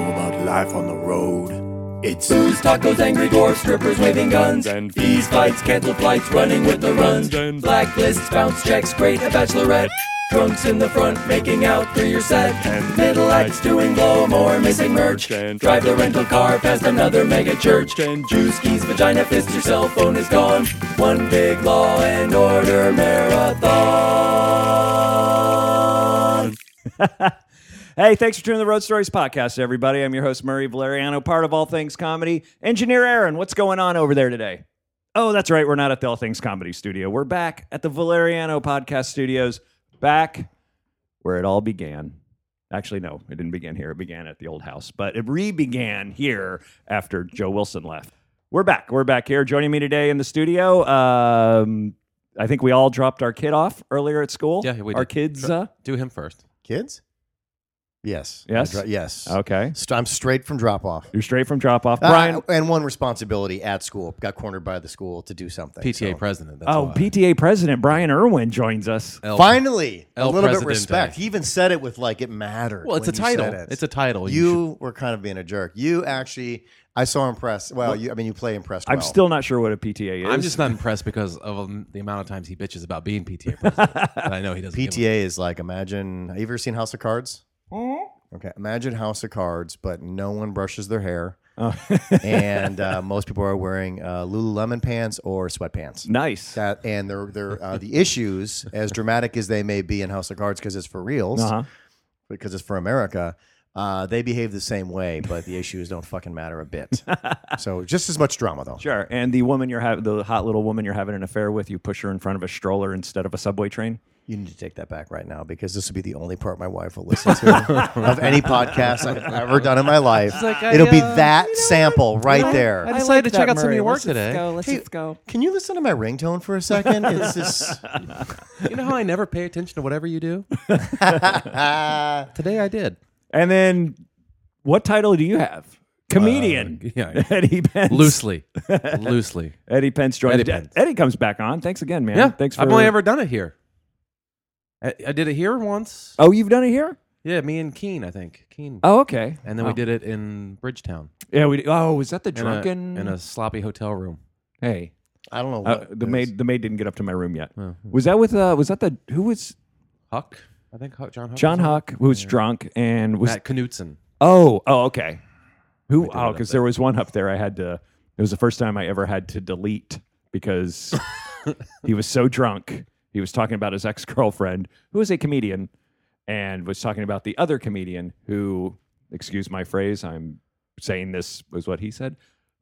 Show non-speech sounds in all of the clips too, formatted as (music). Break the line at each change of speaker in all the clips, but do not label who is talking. life on the road. It's
Booze, tacos, angry dwarfs, strippers waving guns,
And
fees, fights, canceled flights, running with the runs,
And-
blacklists, bounce checks, great a bachelorette, drunks in the front making out through your set,
And-
middle acts doing blow more, missing merch,
And-
drive the rental car past another mega church,
And-
juice keys, vagina fist, your cell phone is gone, one big law and order marathon.
Hey, thanks for tuning in to the Road Stories podcast, everybody. I'm your host Murray Valeriano, part of All Things Comedy. Engineer Aaron, what's going on over there today? Oh, that's right, we're not at the All Things Comedy Studio. We're back at the Valeriano Podcast Studios, back where it all began. Actually, no, it didn't begin here. It began at the old house, but it re-began here after Joe Wilson left. We're back. We're back here. Joining me today in the studio, um, I think we all dropped our kid off earlier at school.
Yeah, we
our
did.
kids.
Sure.
Uh,
Do him first.
Kids? Yes.
Yes?
Dro- yes.
uh? okay,
St- I'm straight from drop off. Uh,
you're straight from drop off, Brian.
and one responsibility at school. Got cornered by the school to do something.
PTA
so.
president. That's
Oh,
why.
PTA president Brian Irwin joins us.
El-
Finally, a
El
little bit
Presidente.
respect. He even said it with like it mattered.
Well, it's a
when you said
title.
it.
It's a title.
You, were kind of being a jerk. You actually, I saw impressed. Well, you, I mean, you play impressed.
I'm
well.
still not sure what a PTA is.
should- I'm just not impressed because of um, the amount of times he bitches about
(laughs)
being PTA president. And I know he doesn't. give a-
PTA is like imagine. Have you ever seen House of Cards? Okay, imagine House of Cards, but no one brushes their hair, and uh, most people are wearing uh, Lululemon pants or sweatpants.
nice.
that and their their uh, the issues as dramatic as they may be in House of Cards because it's for reals
Uh-huh.
because it's for America. Uh, they behave the same way, but the issues don't fucking matter a bit. so just as much drama though.
Sure. And the woman you're having, the hot little woman you're having an affair with, you push her in front of a stroller instead of a subway train.
You need to take that back right now because this will be the only part my wife will listen to of any podcast I've ever done in my life.
like, I,
It'll be
uh,
that sample right there.
I decided to check out some of your work today.
Hey, Can you listen to my ringtone for a second? It's just
You know how I never pay attention to whatever you
(laughs)
do? Today I did.
And then, what title do you have? Comedian.
yeah.
(laughs) Eddie Pence.
Loosely.
(laughs)
Loosely.
Eddie Pence joins.
Eddie Pence.
Eddie comes back on. Thanks again, man.
Yeah.
Thanks for.
I've only ever done it here. I, I did it here once.
Oh, you've done it here.
Yeah, me and Keen, I think. Keen.
Oh, okay.
And then
Oh.
we did it in Bridgetown.
Yeah, we. Did. Oh, was that the
In a-
drunken?
in a sloppy hotel room.
hey,
I don't know. What
uh, the
it is.
maid. The maid didn't get up to my room yet. Was that with? Uh, was that the who was
Huck, I think Huck, John Huck.
John
was on it.
Huck who was drunk and was
Matt Knutson.
oh oh okay who
do it
oh
up
because
there.
there was one up there I had to it was the first time I ever had to delete (laughs) because he was so drunk he was talking about his ex girlfriend who is a comedian and was talking about the other comedian who excuse my phrase I'm saying this was what he said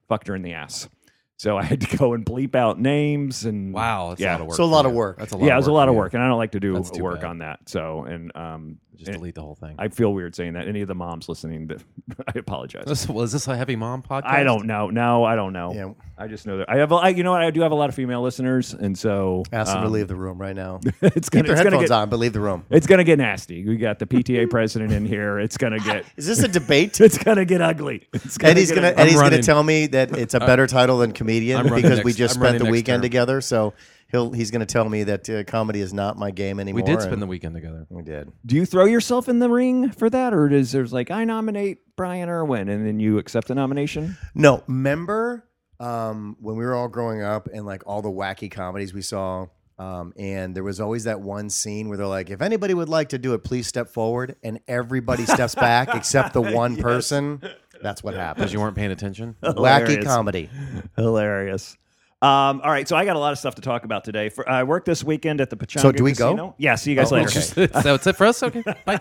fucked her in the ass so I had to go and bleep out names and
Wow, that's
yeah
a lot of work.
So a lot
for
of
you.
work.
That's a lot.
yeah it was a lot of
for you.
work and I don't like to do
That's too
work
bad.
on that so and um
Just delete the whole thing.
I feel weird saying that. Any of the moms listening, that (laughs) I apologize.
This- was this a heavy mom podcast?
I don't know. No, I don't know.
Yeah.
I just know that I have. a- I, you know what? I do have a lot of female listeners, and so
Ask them to
um,
leave the room right now.
(laughs) It's gonna,
Keep their
it's gonna
headphones
get.
on, but leave the room.
It's gonna get nasty. We got the
(laughs)
PTA president in here. It's gonna get.
Is this a debate?
It's gonna get ugly. It's gonna
Eddie's
get
gonna
ugly. Um,
Eddie's gonna
running.
tell me that it's a better title than comedian
I'm running
because we
next-
just
I'm
spent
running
the
next
weekend
term.
together. So he'll he's gonna tell me that uh, comedy is not my game
We
anymore.
did spend
and-
the weekend together.
we did.
Do you throw yourself in the ring for that, or does there's like I nominate Brian Irwin, and then you accept the nomination?
No, remember um, when we were all growing up and like all the wacky comedies we saw. Um, and there was always that one scene where they're like, if anybody would like to do it, please step forward. And everybody steps back except the one person. That's what
Because
happens.
you weren't
(laughs)
paying attention.
Wacky
Hilarious.
comedy.
Hilarious. Um, all right, so I got a lot of stuff to talk about today. For, I worked this weekend at the Pachanga
So do we go? Oh,
Casino. Yeah, see you guys later.
so it's it for
(laughs)
us. Okay, bye.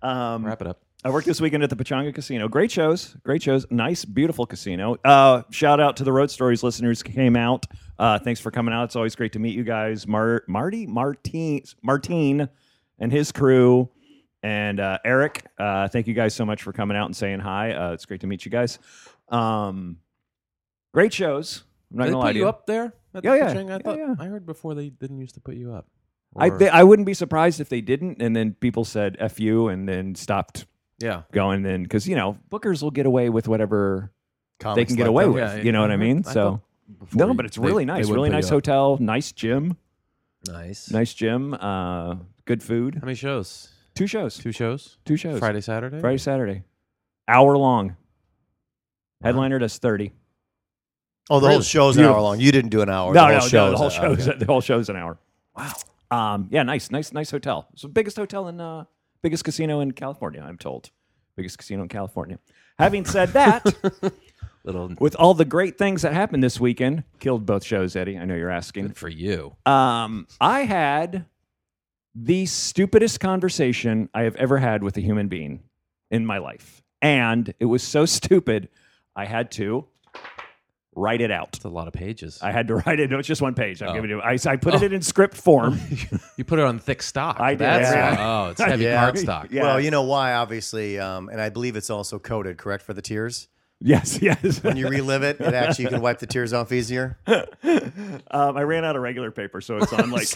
Um,
Wrap it up.
I worked this weekend at the Pachanga Casino. Great shows, great shows. Nice, beautiful casino. Uh, shout out to the Road Stories listeners who came out. Uh, thanks for coming out. It's always great to meet you guys. Mar- Marty Martin Martin and his crew and uh, Eric. Uh, thank you guys so much for coming out and saying hi. Uh, it's great to meet you guys. Um, great shows. I'm not
Did they
gonna lie
put
to
you up there? At
Yeah,
the
yeah.
pitching? I
Yeah,
thought
yeah.
I heard before they didn't used to put you up.
I
Or-
th- I wouldn't be surprised if they didn't, and then people said "f you" and then stopped
yeah.
going. Then because you know bookers will get away with whatever they
Comics
can get
like
away
that.
with.
Yeah,
you know what I
I
mean?
heard- I
so
thought before
no,
you-
but it's
they-
really
they
nice.
would
Really
put
nice
you up.
hotel, nice gym,
Nice.
nice gym, uh, good food.
How many shows?
Two shows,
Two shows.
two shows.
Friday, Saturday.
Friday, Saturday. hour long. Headliner does thirty.
Oh, the whole show's an hour long. You didn't do an hour.
No,
Oh, the
no,
whole
no. The whole
show's an hour.
show's the whole show's an hour. Wow. Um, yeah, nice, nice, nice hotel. It's the biggest hotel in uh, biggest casino in California, I'm told. Biggest casino in California. Having said that,
Little
with all the great things that happened this weekend, killed both shows, Eddie. I know you're asking.
for you.
Um, I had the stupidest conversation I have ever had with a human being in my life, and it was so (laughs) stupid, I had to write it out.
It's a lot of pages.
I had to (laughs) write it. No, it's just one page. I'm giving you. I, I put it in script form.
you put it on thick stock.
I did.
That's
Yeah.
why- Oh, it's heavy
Yeah.
card stock.
(laughs) Yeah.
(laughs) Well, you know why, obviously, um, and I believe it's also coded, correct, for the tears.
yes, (laughs) yes.
When you relive it, it actually you can wipe the tears off easier.
um, I ran out of regular paper, so it's on like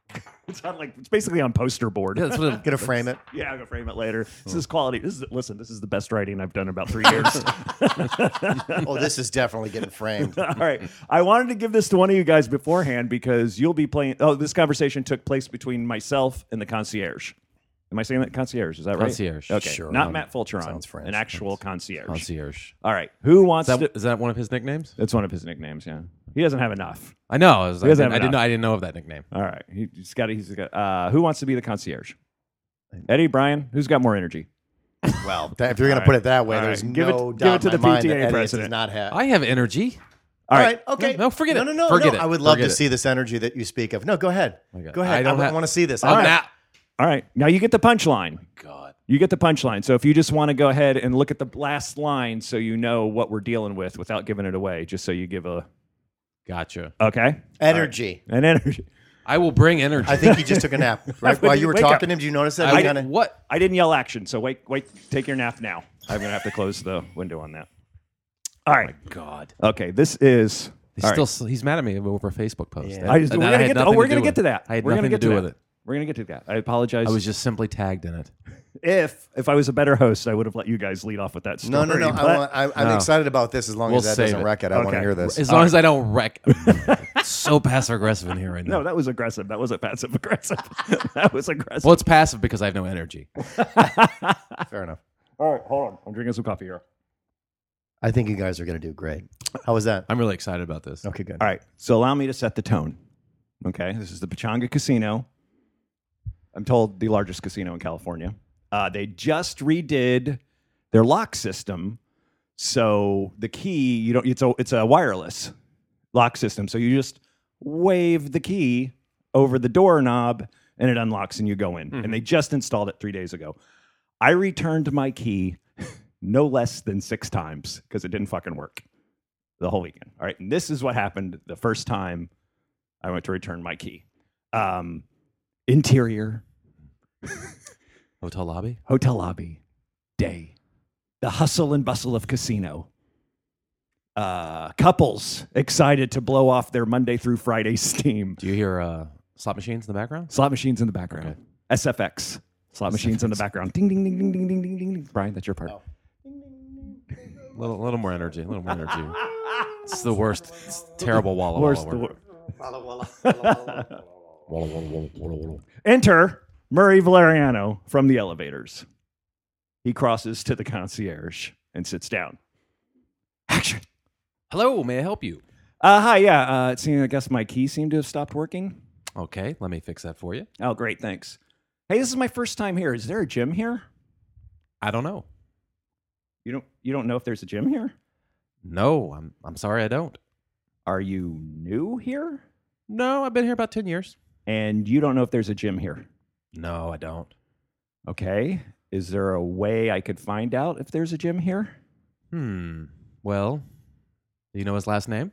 (laughs) it's on like it's basically on poster board.
Yeah, that's what
(laughs)
it-
Gonna frame it.
Yeah, I'll go frame it later. This is quality. This is listen. This is the best writing I've done in about three years. (laughs)
Oh, this is definitely getting framed.
All right. I wanted to give this to one of you guys beforehand because you'll be playing. Oh, this conversation took place between myself and the concierge. Am I saying that concierge? Is that right?
Concierge.
Okay.
Sure.
Not Matt Fulcheron.
Sounds French.
An actual concierge.
concierge.
All right. Who wants
Is
to?
that, Oh, is that one of his nicknames?
That's one of his nicknames. Yeah. He doesn't have enough.
I know. I, was, I,
doesn't
didn't,
have
I didn't
enough.
know. I didn't know of that nickname.
All right. He, has got. He's got. Uh, who wants to be the concierge? Eddie, Brian, who's got more energy?
Well, that- if you're gonna put it that way,
All
there's
right. Give it-
no
give it
doubt
to
in
the
my mind that
PTA
Eddie does
president.
not have.
I have energy.
All right. Okay.
No, no, forget
no,
it.
No, no,
Forget
no.
it.
I would love
Forget
to
it. Oh
see this energy that you speak of. No, go ahead.
God.
Go ahead.
I
I,
don't
don't
have-
want to see this.
I'm
I'm
not-
All right. Now you get the punchline.
Oh God.
You get the punchline. So if you just want to go ahead and look at the last line, so you know what we're dealing with without giving it away, just so you give a
Gotcha.
okay
energy.
an energy.
I will bring energy.
I think you just took
(laughs)
a nap. Right while you were
Wake up.
talking to him, do you notice that?
I-
He kinda-
what?
I didn't yell action, so wait, wait, take your nap now. I'm gonna have to close the window on that. All right.
Oh God.
Okay. This is.
He's
all right.
still. He's mad at me over a Facebook post. That-
I just,
that
we're
I
gonna
had
get to, oh,
nothing
we're
do
gonna
with.
get to that.
I had
we're gonna
nothing
get
to do
that.
with it.
We're gonna get to that. I apologize.
I was just simply tagged in it.
if if I was a better host, I would have let you guys lead off with that story.
no, no, no. I
but-
want, I, I'm excited about this as long
We'll
as that
save
doesn't
it.
wreck it. I want to
Okay.
hear this.
As long as I don't wreck. (laughs) so passive aggressive in here right now.
no, that was aggressive. That wasn't passive aggressive. (laughs) that was aggressive.
Well, it's passive because I have no energy.
Ah, Fair enough.
All right, hold on. I'm drinking some coffee here.
I think you guys are going to do great. How was that?
I'm really excited about this.
Okay, good.
All right. So allow me to set the tone. Okay. This is the Pachanga Casino. I'm told the largest casino in California. Uh, they just redid their lock system. So the key, you don't, it's a, it's a wireless lock system. So you just wave the key over the doorknob and it unlocks and you go in. And they just installed it three days ago. I returned my key (laughs) no less than six times because it didn't fucking work the whole weekend. All right. And this is what happened the first time I went to return my key. Um, interior,
Hotel lobby.
hotel lobby, day, the hustle and bustle of casino. Uh, couples excited to blow off their Monday through Friday (laughs) steam.
Do you hear uh, slot machines in the background?
Slot machines in the background. SFX. Slot machines in the background. Ding, ding, ding, ding, ding, ding, ding, ding, ding. Brian, that's your part.
A little, little more energy. A little more
(laughs)
energy. it's the worst. It's terrible walla
Where's
(laughs) walla.
the
word.
word? (laughs)
Walla walla walla walla walla.
Enter Murray Valeriano from the elevators. He crosses to the concierge and sits down. Action.
Hello, may I help you?
Uh, hi, yeah. Uh, it seemed, I guess my key seemed to have stopped working.
Okay, let me fix that for you.
Oh, great. Thanks. Hey, this is my first time here. Is there a gym here?
I don't know.
You don't, you don't know if there's a gym here?
No, I'm I'm sorry I don't.
Are you new here?
No, I've been here about 10 years.
And you don't know if there's a gym here.
No, I don't.
Okay. Is there a way I could find out if there's a gym here?
Hmm. Well, do you know his last name?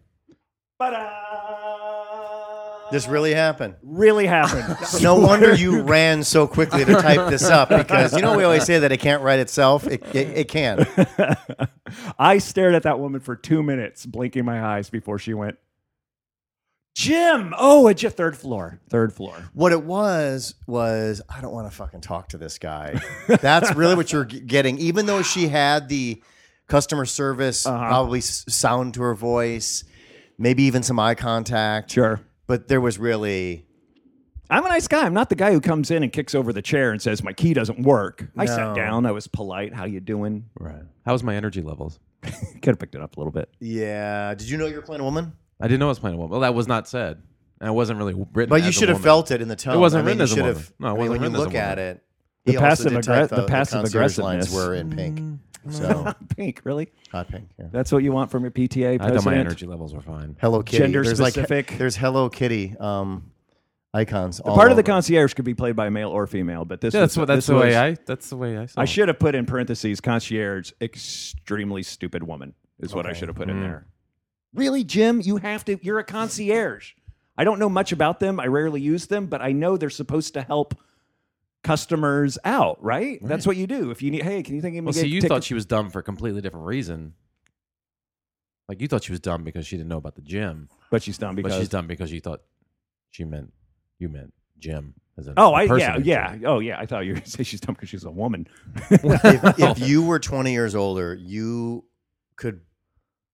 This
(laughs)
really happened.
Really happened.
No wonder you ran so quickly to type this up because you know we always say that it can't write itself. It, it, it can.
I stared at that woman for two minutes, blinking my eyes before she went, Jim! Oh, at your third floor. Third floor.
What it was was I don't want to fucking talk to this guy. That's really what you're g- getting. Even though she had the customer service
Uh-huh.
probably s- sound to her voice, maybe even some eye contact,
Sure.
but there was really
I'm a nice guy. I'm not the guy who comes in and kicks over the chair and says my key doesn't work. I sat
No.
down. I was polite. How you doing?
Right. How's my energy levels?
Could have picked it up a little bit. (laughs)
Yeah. Did you know you were playing a woman?
I didn't know I was playing a woman. Well, that was not said. And it wasn't really written.
But you
as a
should have
woman.
felt it in the tone.
It wasn't
I
written
mean, you
as a
should
woman.
have-
No, it
I mean,
wasn't
when you
written as a
look
woman.
at it,
The
he also did
passive
type
aggre- the passive
concierge lines
aggressiveness.
were in
Mm.
pink, so
Pink, really?
hot pink. Yeah.
That's what you want from your PTA president?
I thought my energy levels were fine.
Hello Kitty.
Gender
there's like-
specific.
there's Hello Kitty um, icons. all
Part of the
over.
concierge could be played by male or female, but this
Yeah, that's
was,
what. That's
this
the
was-
way I. That's the way I. Saw
I
it.
should have put in parentheses concierge, extremely stupid woman is what I should have put
Hmm.
in there. Really, Jim? You have to. You're a concierge. I don't know much about them. I rarely use them, but I know they're supposed to help customers out, right? That's what you do. If you need, hey, can you think of me?
Well,
a
see, you
ticket-
thought she was dumb for a completely different reason. Like you thought she was dumb because she didn't know about the gym,
but she's done because
but she's dumb because you thought she meant you meant Jim as in
Oh,
the
I
person
yeah
named
yeah
Jim.
oh yeah. I thought you were (laughs) going to say she's dumb because she's a woman. (laughs)
if, if you were 20 years older, you could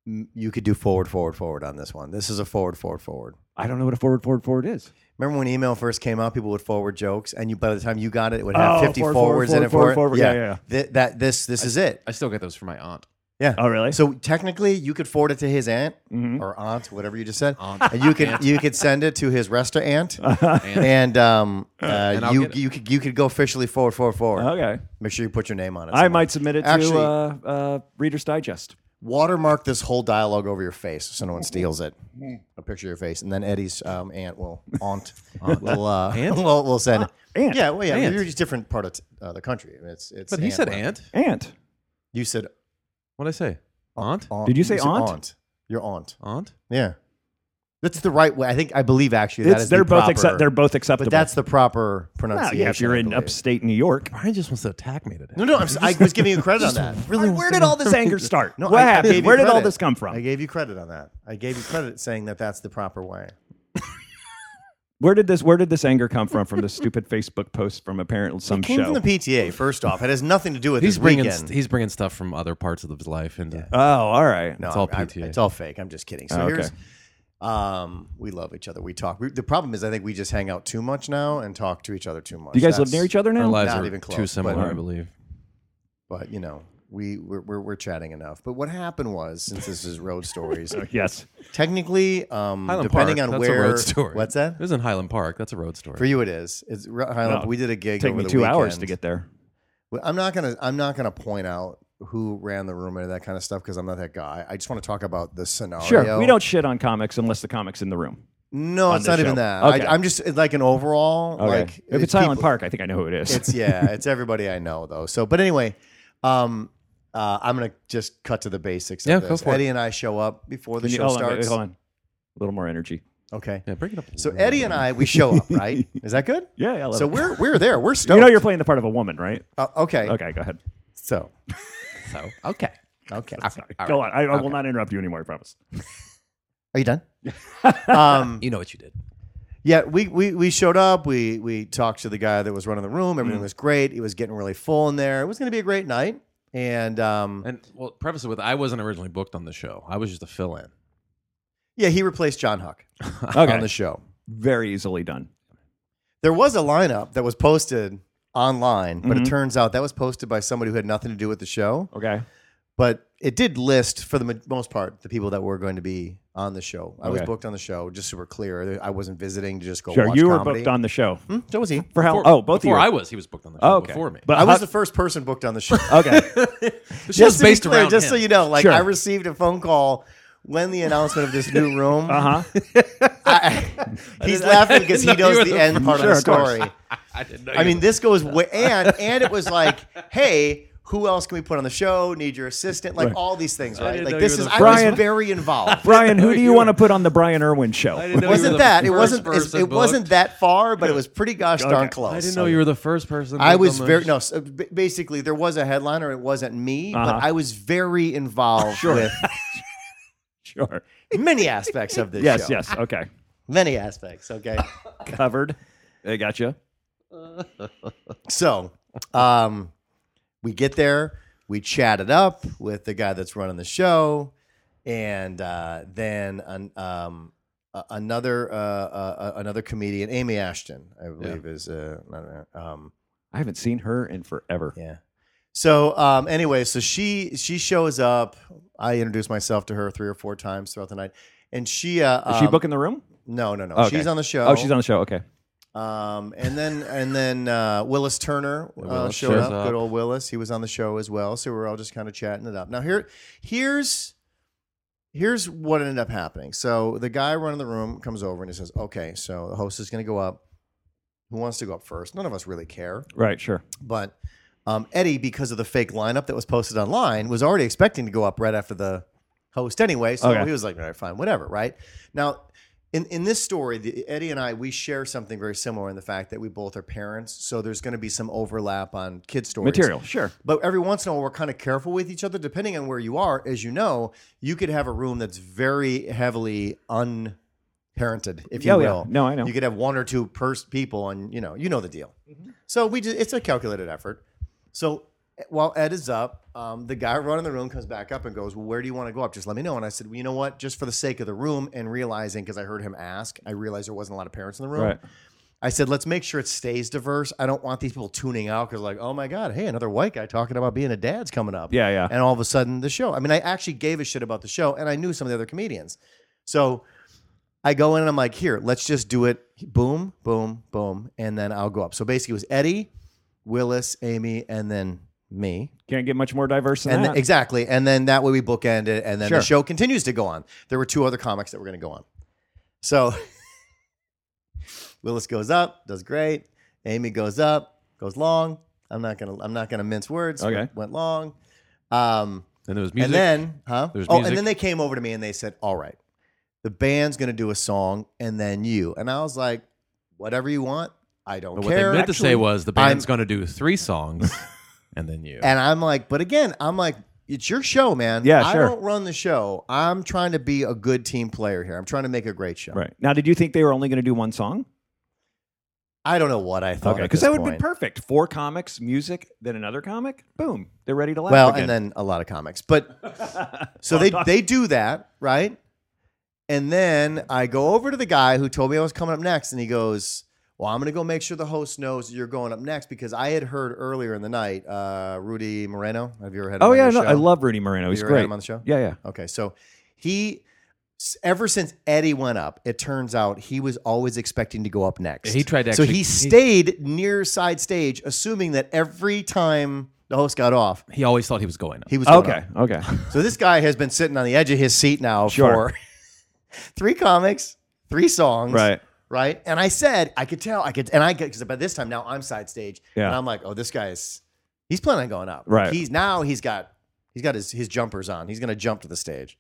you could do forward, forward, forward on this one. This is a forward, forward, forward.
I don't know what a forward forward forward is.
Remember when email first came out, people would forward jokes, and you by the time you got it, it would have
Oh,
50
forward, forward,
forwards in it
forward,
for
forward,
it.
yeah, yeah,
Th- that this this is it.
I still get those from my aunt.
Yeah.
Oh, really? Mm-hmm.
So technically, you could forward it to his aunt
Hmm?
or aunt, whatever you just said, and you could you could send it to his
(laughs)
resta aunt, and um, uh,
I'll
you
get it.
you could you could go officially forward, forward, forward.
Okay.
Make sure you put your name on it.
Uh-huh. I
somewhere.
might submit it to
Actually-
uh, uh, Reader's Digest.
watermark this whole dialogue over your face so
Mm-hmm.
no one steals it. A picture of your face, and then Eddie's um, aunt will
(laughs)
aunt, will uh, (laughs) will, will send it.
aunt.
Yeah, well, yeah,
Aunt.
you're just different part of t- uh, the country. I mean, It's it's.
But he said
whatever.
aunt.
Ant.
You said
What did I say? Aunt.
aunt.
Did you say
said
aunt?
Your aunt.
Aunt.
Yeah, that's the right way. I think I believe actually that
It's,
is
they're
the
both
proper,
accept, they're both acceptable.
But that's the proper
Well,
pronunciation.
yeah, if you're
I
in
believe.
upstate New
(laughs)
York.
Brian just wants to attack me today.
No, no, I'm, s- I was giving you credit on that.
(laughs) Really where did all this anger start?
No,
what
I- I
happened?
gave you
Where did all
credit.
this come
I
from?
gave you credit on that. I gave you credit saying that that's the proper way.
Where did this Where did this anger come from? From this stupid (laughs) Facebook post from apparently some
Came
show.
from the PTA. First off, it has nothing to do with
He's
this
bringing
weekend.
st- he's bringing stuff from other parts of his life into
oh, all right.
No,
It's all
I- I-
PTA.
it's all fake. I'm just kidding.
Oh,
So
okay.
here's, um, we love each other. We talk. We, the problem is, I think we just hang out too much now and talk to each other too much.
Do you guys live near each other
our
now?
lives
Not
are
even close,
too
but-
similar, I believe.
But you know, we we're, we're, we're chatting enough. But what happened was, since this is
(laughs)
road stories,
Yes.
technically, um,
Highland
depending
Park,
on
that's
where
a road story.
what's that
It was in Highland Park. That's a road story.
for you? It is. It's Ro- Highland.
No,
we did a gig.
Take
over
me
the
two hours to
weekend.
get there.
Well, I'm not gonna I'm not gonna point out who ran the room and that kind of stuff because I'm not that guy. I just want to talk about the scenario.
Sure. We don't shit on comics unless the comic's in the room.
No,
on
it's
this
not even
show.
that.
Okay.
I, I'm just it's like an overall.
Okay.
Like
if it's Highland
people-
Park, I think I know who it is. (laughs)
it's yeah, it's everybody I know though. So, but anyway, um, uh, I'm gonna just cut to the basics.
Yeah,
of
go
this.
for it.
Eddie and I show up before the
Can (laughs) you-
show
hold on, wait,
starts.
hold on. A little more energy.
Okay.
Yeah, bring it up. a
So
little
Eddie
bit.
and I we show up right.
(laughs)
Is that good?
Yeah, yeah. I love
So
it.
we're we're there. We're stoked.
you know you're playing the part of a woman, right?
Uh, okay.
Okay, go ahead. (laughs)
So
So okay.
okay.
Go on. I, I will not interrupt you anymore. I promise.
Are
(laughs)
you done? um,
You know what you did.
yeah, we, we we showed up. We we talked to the guy that was running the room.
Mm.
Everything was great. It was getting really full in there. It was going to be a great night. And um,
And well, preface it with I wasn't originally booked on the show. I was just a fill in.
yeah, he replaced John Huck
Okay.
(laughs) on the show.
Very easily done.
There was a lineup that was posted online, but it
Mm-hmm.
turns out that was posted by somebody who had nothing to do with the show.
Okay.
But it did list, for the mo- most part, the people that were going to be on the show. I was
Okay.
booked on the show, just so we're clear. I wasn't visiting to just go
Sure.
watch
You were
comedy.
booked on the show
Hmm? So was he.
for how?
Before-
oh, both of you.
before
were-
I was, he was booked on the show
Oh, okay.
before me.
But
I
(laughs)
was
how-
the first person booked on
(laughs)
the show.
okay.
the show's
just to be
based
clear,
around
just
him.
so you know, like
Sure.
I received a phone call when the announcement of this
(laughs)
new room.
Uh huh.
He's
Uh-huh. I
laughing
didn't
because
know
he
you
knows
were
the
the
end part
Sure,
of the
of course.
story.
(laughs) I didn't know.
I mean, this
(laughs)
goes way and and it was like, hey, who else can we put on the show? Need your assistant, like all these things, right?
didn't
Like
know
this
you
is
were
I
the
was
first-
(laughs)
very involved.
Brian, who do you
you
want to
were-
put on the Brian Irwin
(laughs) I
show?
didn't know
It
you were
wasn't
the
that. It
first
wasn't. It,
person
it wasn't
booked.
that far, but it
(laughs)
was pretty gosh darn close.
I didn't know you were the first person.
I
booked
was
on the
very
show.
no. So b- basically, there was a headliner. It wasn't me,
Uh-huh.
but I was very involved
(laughs)
with
Sure.
many aspects of this.
Yes.
show.
Yes. Okay.
many aspects. Okay,
Covered. I gotcha.
so um, we get there, we chat it up with the guy that's running the show, and uh, then an- um, uh, another uh, uh, another comedian, Amy Ashton, I believe is uh, not, uh, um,
I haven't seen her in forever.
yeah. So um, anyway, so she she shows up. I introduced myself to her three or four times throughout the night, and she uh,
Is she
um,
booking the room?
No, no, no.
Okay.
She's on the show.
Oh, she's on the show. Okay.
Um, and then and then uh, Willis Turner uh,
Willis
showed
shows
up.
up.
Good old Willis. He was on the show as well. So we were all just kind of chatting it up. Now here here's here's what ended up happening. So the guy running the room comes over and he says, "Okay, so the host is going to go up. Who wants to go up first? None of us really care,
Right. Sure.
but." Um, Eddie, because of the fake lineup that was posted online, was already expecting to go up right after the host anyway. So
Okay.
he was like, all right, fine, whatever, right? Now, in, in this story, the, Eddie and I, we share something very similar in the fact that we both are parents. So there's going to be some overlap on kid stories.
Material. Sure.
But every once in a while, we're kind of careful with each other. Depending on where you are, as you know, you could have a room that's very heavily unparented, if you
Oh, Yeah, yeah.
will.
No, I know.
You could have one or two pers- people, and you know, you know the deal.
Mm-hmm.
So we just, it's a calculated effort. So eh, while Ed is up, um, the guy running the room comes back up and goes, well, "Where do you want to go up? Just let me know." And I said, "Well, you know what? Just for the sake of the room and realizing, because I heard him ask, I realized there wasn't a lot of parents in the room.
Right.
I said, let's make sure it stays diverse. I don't want these people tuning out because, like, oh my God, hey, another white guy talking about being a dad's coming up.
Yeah, yeah.
And all of a sudden, the show. I mean, I actually gave a shit about the show and I knew some of the other comedians. So I go in and I'm like, here, let's just do it. Boom, boom, boom. And then I'll go up. So basically, it was Eddie, Willis, Amy, and then me.
Can't get much more diverse than
And
that.
then, exactly. And then that way we bookend it. And then
Sure.
the show continues to go on. There were two other comics that were going to go on. So (laughs) Willis goes up, does great. Amy goes up, goes long. I'm not gonna I'm not gonna mince words.
Okay.
Went- Went long. Um,
And there was music.
and then, huh?
There's
oh,
music.
and then they came over to me and they said, "All right, the band's gonna do a song, and then you." And I was like, "Whatever you want, I don't
but what they
care."
meant to say was the band's
I'm-
going to do three
(laughs)
songs, and then you.
And I'm like, but again, I'm like, it's your show, man.
Yeah,
I
sure.
don't run the show. I'm trying to be a good team player here. I'm trying to make a great show.
right. Now, did you think they were only going to do one song?
I don't know what I thought.
Okay.
at
Because
this
that would be
point.
perfect. Four comics, music, then another comic. Boom. They're ready to laugh.
Well,
again.
and then a lot of
(laughs)
comics, but so they they do that right, and then I go over to the guy who told me I was coming up next, and he goes. Well, I'm gonna go make sure the host knows you're going up next because I had heard earlier in the night, uh, Rudy Moreno. Have you ever had? him
Oh
on
yeah,
your
no,
show?
I love Rudy Moreno.
Have
He's
you ever had
great.
him on the show.
Yeah, yeah.
Okay, so he s- ever since Eddie went up, it turns out he was always expecting to go up next.
He tried to
so
actually-
he
he-
stayed near side stage, assuming that every time the host got off,
he always thought he was going up.
he was going
Okay,
up. (laughs)
okay.
So this guy has been sitting on the edge of his seat now
Sure.
for (laughs) three comics, three songs,
Right.
Right, and I said I could tell I could, and I because by this time now I'm side stage,
Yeah.
and I'm like, oh, this guy's he's planning on going up,
Right.
He's now he's got he's got his his jumpers on. He's gonna jump to the stage.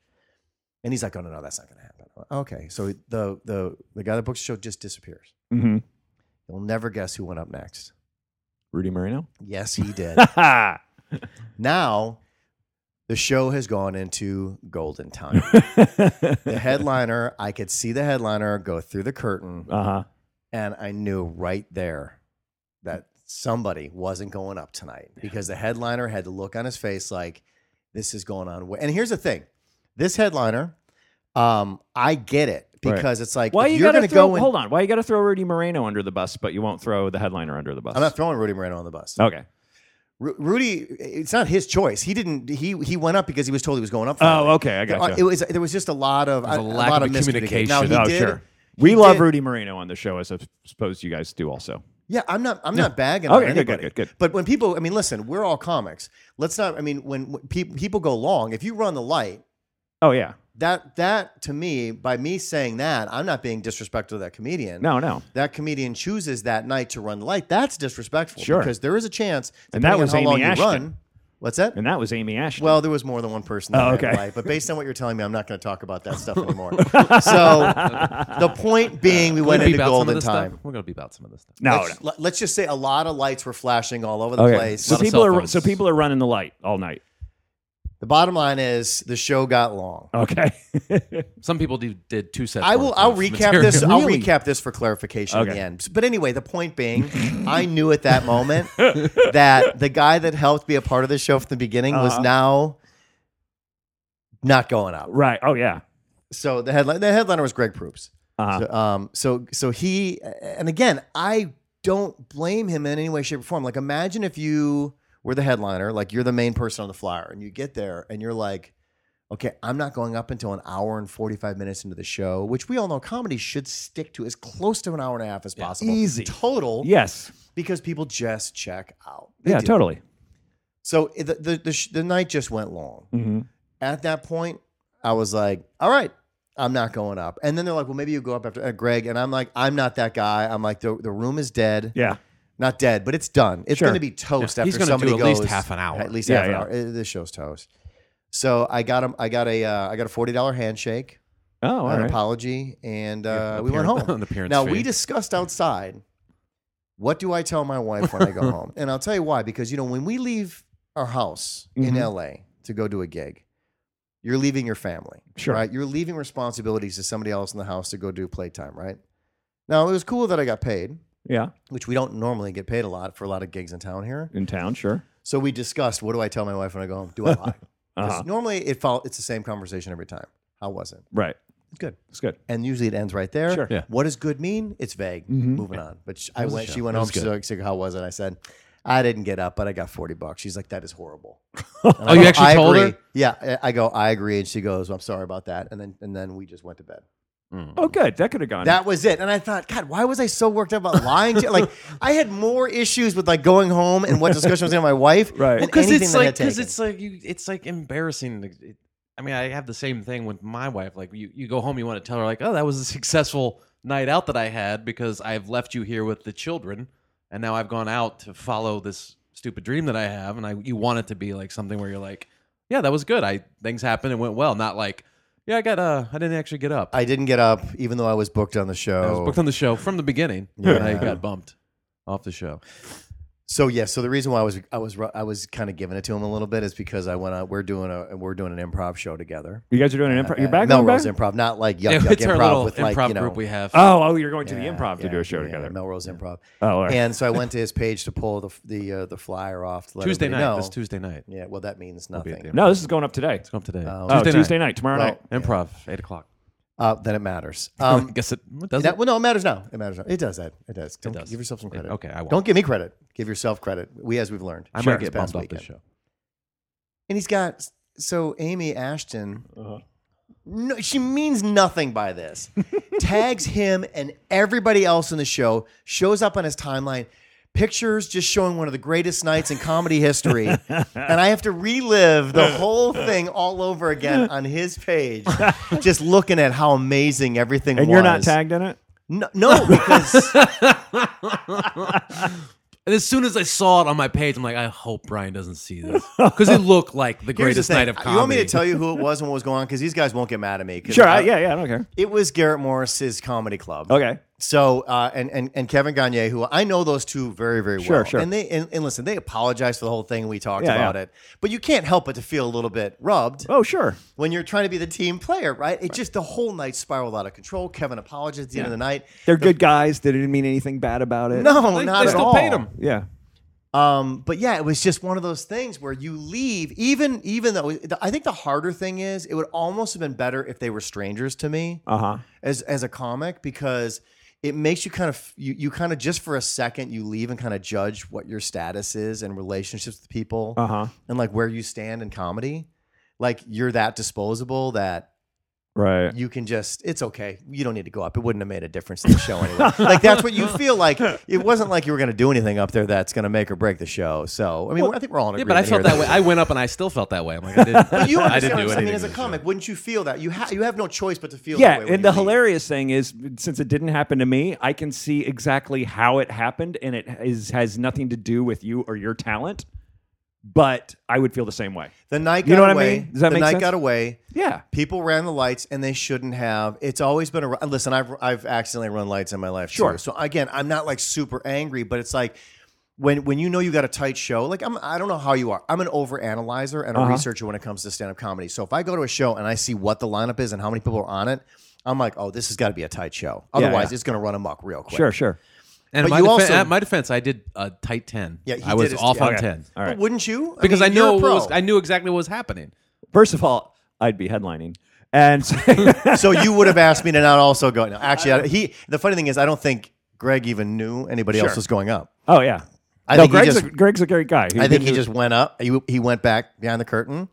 And he's like, "Oh no, no, that's not going to happen." Okay, so the the the guy that books the show just disappears.
hmm
You'll never guess who went up next.
Rudy Moreno. (laughs)
Yes, he did.
Ha!
now, the show has gone into golden time. the headliner, I could see the headliner go through the curtain,
Uh huh.
and I knew right there that somebody wasn't going up tonight because the headliner had the look on his face like this is going on. And here's the thing, this headliner, um, I get it
Right.
because it's like
Why
if
you
you're
gotta
going to
throw?
go and
hold on. Why you gotta throw Rudy Moreno under the bus, but you won't throw the headliner under the bus?
I'm not throwing Rudy Moreno on the bus.
okay.
Ru- Rudy, it's not his choice. He didn't. He he went up because he was told he was going up.
Oh, okay. I got
It was there was just a lot of
was
a,
a
a
lack
lot
of
of miscommunication. Now,
communication.
he
Oh,
did-
sure. We love
did-
Rudy Moreno on the show, as I suppose you guys do also.
Yeah, I'm not. I'm not bagging.
Okay,
on
good, good,
anybody.
good, good.
But when people, I mean, listen, we're all comics. Let's not. I mean, when, when pe- people go long, if you run the light,
Oh yeah.
that that to me, by me saying that, I'm not being disrespectful to that comedian.
No, no.
That comedian chooses that night to run the light. That's disrespectful.
Sure.
Because there is a chance.
And that
depending on
was
how
Amy
long you
Ashton.
run- What's that?
And that was Amy Ashton.
Well, there was more than one person. That
Oh,
oh,
okay.
okay. but based on what you're telling me, I'm not going to talk about that
(laughs)
stuff anymore. so the point being, we
Can
went
beep
into
out some of
golden
this
time.
Stuff? We're going to beep out some of this stuff.
no,
let's, let- let's just say a lot of lights were flashing all over the
no. Okay.
place.
So
Lot of
people
cell
are
phones.
so people are running the light all night.
the bottom line is the show got long.
Okay. (laughs)
Some people do, did two sets.
I
worth
will.
of
I'll recap
material. (laughs)
this. I'll
Really?
recap this for clarification in
Okay.
the end. But anyway, the point being,
(laughs)
I knew at that moment that the guy that helped be a part of the show from the beginning was
Uh-huh.
now not going out.
right. Oh yeah.
So the headline, the headliner was Greg Proops.
Uh-huh.
So, um, so so he, and again, I don't blame him in any way, shape, or form. Like, imagine if you were the headliner, like you're the main person on the flyer, and you get there and you're like, okay, I'm not going up until an hour and 45 minutes into the show, which we all know comedy should stick to as close to an hour and a half as possible.
easy.
Total.
yes.
Because people just check out. They
Yeah,
do.
totally.
So the the the, sh- the night just went long.
Mm-hmm.
At that point, I was like, "All right, I'm not going up." And then they're like, "Well, maybe you go up after uh, Greg." And I'm like, "I'm not that guy." I'm like, "The, the room is dead.
Yeah.
not dead, but it's done. It's
Sure.
going to be toast
Yeah,
after
he's gonna
somebody
do at
goes
least half an hour.
At least
Yeah,
half
yeah.
an hour. Uh, This show's toast." So I got him. I got a uh, I got a forty dollar handshake,
Oh, all
an
right.
apology, and uh,
an
we went
appearance-
(laughs)
home.
an appearance
now we
fee.
discussed outside. What do I tell my wife when
(laughs)
I go home? And I'll tell you why. Because you know when we leave our house
Mm-hmm.
in LA to go do a gig, you're leaving your family,
Sure.
right? You're leaving responsibilities to somebody else in the house to go do playtime, right? Now it was cool that I got paid,
Yeah.
which we don't normally get paid a lot for a lot of gigs in town here.
In town, sure.
So we discussed what do I tell my wife when I go home? Do I
(laughs)
lie? 'Cause
Uh-huh.
normally it follow, it's the same conversation every time. How was it?
Right.
It's good.
It's good.
And usually it ends right there.
Sure.
Yeah.
What does good mean? It's vague. Moving on. But sh- I
Mm-hmm. was a
went.
show.
She went
It
home.
was
She's
good.
like, "So how was it? I said, I didn't get up, but I got forty bucks. She's like, that
(laughs)
is horrible.
Oh, you actually
I
told
agree.
her?
Yeah. I I go, I agree, and she goes, I'm sorry about that. And then and then we just went to bed.
Mm.
Oh, good. That could have gone.
That was it. And I thought, God, why was I so worked up about lying to like I had more issues with like going home and what discussion I was in with my wife.
Right.
than
Well,
anything
it's
that I
like
had
because
taken.
it's like you it's like embarrassing. to- it- I mean, I have the same thing with my wife. Like you, you go home, you want to tell her like, oh, that was a (laughs) successful night out that I had because I've left you here with the children, and now I've gone out to follow this stupid dream that I have, and I you want it to be like something where you're like, yeah, that was good. I things happened, it went well. Not like, yeah, I got uh, I didn't actually get up. I,
I didn't get up, even though I was booked on the show.
was booked on the show from the beginning, and I
Oh. (laughs) Yeah.
got bumped off the show.
so yeah, so the reason why I was I was ru- I was kind of giving it to him a little bit is because I went out. We're doing a we're doing an improv show together.
you guys are
uh,
doing an improv. You're back going
Melrose
back?
Improv, not like yuck
(laughs) Yeah,
yuck
it's our
improv
little
with
improv
like you know. Ah,
group we have.
Oh, oh, you're going to the
Yeah,
improv to
yeah,
do a show
yeah,
together.
Melrose Improv.
Oh, all right.
And so I went to his page to pull the the uh, the flyer off to let
Tuesday night.
everybody Know.
This Tuesday night.
Yeah, well, that means
be at
nothing.
the
no, this is going up today.
Come today.
Oh, Tuesday, night. tomorrow
Well,
night.
Improv, eight o'clock.
Uh, then it matters.
I
Um,
guess it what (laughs) does
that,
it?
well, no, it matters now. It matters now. It does that. It does. Don't
does.
Give yourself some
It-
credit.
okay, I won't.
Don't give me credit. Give yourself credit. We, as we've learned,
I
Sure.
might
This
get
past
bumped off this
weekend.
show.
And he's got so Amy Ashton.
Uh-huh.
No, she means nothing
(laughs)
by this. Tags him and everybody else in the show. Shows up on his timeline. Pictures just showing one of the greatest nights in
(laughs)
comedy history, and I have to relive the whole thing all over again on
(laughs)
his page, just looking at how amazing everything was.
And you're not tagged in it?
No, no,
(laughs)
because
And as soon as I saw it on my page, I'm like, I hope Brian doesn't
(laughs)
see this because it looked like the
here's the
greatest
thing.
night of comedy.
You want me to tell you who it was and what was going on? Because these guys won't get mad at me. 'Cause
Sure.
I-
I, yeah, Oh, yeah, I don't care.
It was Garrett Morris's comedy club.
Okay.
So uh, and and and Kevin Gagne, who I know those two very very well,
Sure, sure.
and they and, and listen, they apologized for the whole thing. and We talked
Yeah,
about
yeah.
it, but you can't help but to feel a little bit rubbed
Oh, sure.
when you're trying to be the team player, right? It just the whole night spiraled out of control. Kevin apologized at the end of the night.
They're good guys. They didn't mean anything bad about it.
No,
They,
not
they
at
still
all.
paid him.
Yeah.
Um, but yeah, it was just one of those things where you leave, even even though the, I think the harder thing is it would almost have been better if they were strangers to me
Uh huh.
as as a comic because it makes you kind of you you kind of just for a second you leave and kind of judge what your status is and relationships with people
Uh-huh.
and like where you stand in comedy, like you're that disposable that
Right.
you can just it's okay you don't need to go up it wouldn't have made a difference to the show
(laughs)
anyway like that's what you feel like it wasn't like you were going to do anything up there that's going to make or break the show so i mean i think we're all in
Yeah,
agreement
but I felt
here
that way. I went up and I still felt that way. I'm like, I didn't.
(laughs)
(laughs)
But
(laughs)
you
I didn't
understand what
do
I'm
anything.
saying. I mean, as a
to
comic, wouldn't you feel that you have you have no choice but to feel?
Yeah,
that way when
and the
you leave.
hilarious thing is, since it didn't happen to me, I can see exactly how it happened, and it is has nothing to do with you or your talent. But I would feel the same way.
The night got
You know what I
away.
mean? Does that
the
make
night
sense?
got away.
Yeah,
People ran the lights, and they shouldn't have. It's always been a ru- listen. I've I've accidentally run lights in my life.
Sure.
too. So again, I'm not like super angry, but it's like when when you know you got a tight show. Like I'm, I don't know how you are. I'm an overanalyzer and a
Uh-huh.
researcher when it comes to stand up comedy. So if I go to a show and I see what the lineup is and how many people are on it, I'm like, oh, this has got to be a tight show. Otherwise,
yeah.
it's going to run amok real quick.
sure, sure.
And
But
my,
you
defen-
also-
at my defense, I did a tight ten.
Yeah, he
I was
did his-
off on
okay.
ten
All
But
right.
wouldn't you?
because I,
mean, you're
knew
a
what was,
pro.
I knew exactly what was happening.
First of all, I'd be headlining, And (laughs) so-
so you would have asked me to not also go. No, actually, I, he. The funny thing is, I don't think Greg even knew anybody else was going up.
oh yeah,
I
no,
think he
Greg's
just-
a, Greg's a great guy.
I think
didn't
he
do-
just went up. He, he went back behind the curtain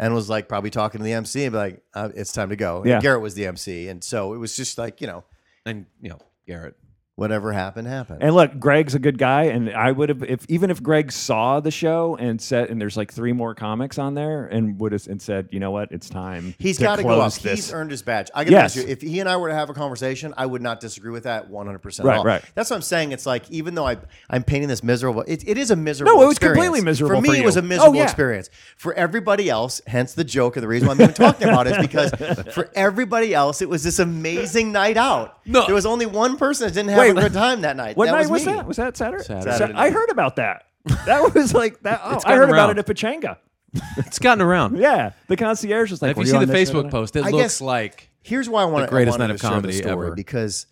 and was like probably talking to the MC and be like, uh, "It's time to go." And
Yeah.
Garrett was the MC, and so it was just like you know,
and you know
(laughs)
Garrett.
whatever happened happened.
And look, Greg's a good guy, and I would have if even if Greg saw the show and said, and there's like three more comics on there, and would have and said, you know what, it's time.
He's
got to
go up.
close
He's
This.
earned his badge. I got to
Yes.
you, if he and I were to have a conversation, I would not disagree with that 100%. at
Right,
all.
right.
That's what I'm saying. It's like, even though I, I'm painting this miserable, it, it is a miserable
No, it was
experience.
completely miserable
For me,
for
it was
you.
a miserable
Oh, yeah.
experience. For everybody else, hence the joke and the reason why I'm even talking about it is because
(laughs)
for everybody else, it was this amazing night out.
No.
There was only one person that didn't have
Wait,
a good time that night.
what
that
night
was,
was,
me.
that? Was that Saturday?
Saturday
Sa- I
night.
heard about that. That was like that.
(laughs)
Oh, I
gotten
heard about
around.
it at Pachanga.
It's gotten around.
Yeah, the concierge was like,
if
"Were
you see
on
the
this show
Facebook
tonight?"
post, it
I
looks
guess-
like
here's why I want
greatest
I wanted
night of
to share
comedy
this story
ever.
because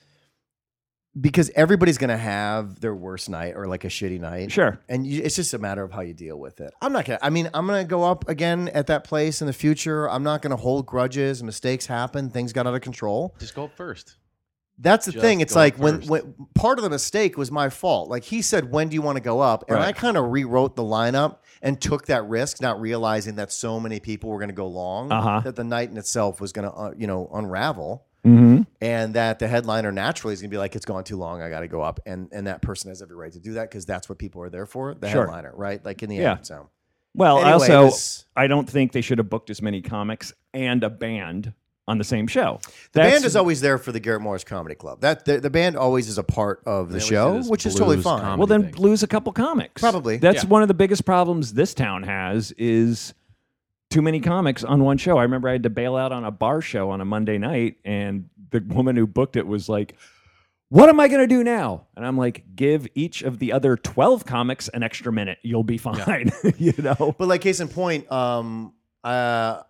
because everybody's gonna have their worst night or like a shitty night.
Sure.
and you, it's just a matter of how you deal with it. I'm not gonna. I mean, I'm gonna go up again at that place in the future. I'm not gonna hold grudges. Mistakes happen. Things got out of control.
just go up first.
That's the
Just
thing. It's
go
like
up
when,
first.
when part of the mistake was my fault. Like he said, when do you want to go up? And
Right.
I kind of rewrote the lineup and took that risk, not realizing that so many people were going to go long
Uh-huh.
that the night in itself was going to, uh, you know, unravel.
Mm-hmm.
And that the headliner naturally is going to be like, it's gone too long. I got to go up. And and that person has every right to do that because that's what people are there for. The
Sure.
headliner, right? Like in the
Yeah.
end. So
Well,
Anyway,
also,
this-
I don't think they should have booked as many comics and a band on the same show.
the band is always there for the Garrett Morris Comedy Club. That the, the band always is a part of the
always
show,
do this
which is totally
blues
fine.
comedy.
well, then
thing.
lose a couple comics.
Probably.
That's
Yeah.
one of the biggest problems this town has is too many comics on one show. I remember I had to bail out on a bar show on a Monday night, and the woman who booked it was like, "What am I going to do now?" And I'm like, "Give each of the other twelve comics an extra minute. You'll be fine." (laughs) you know.
But like case in point, um, uh,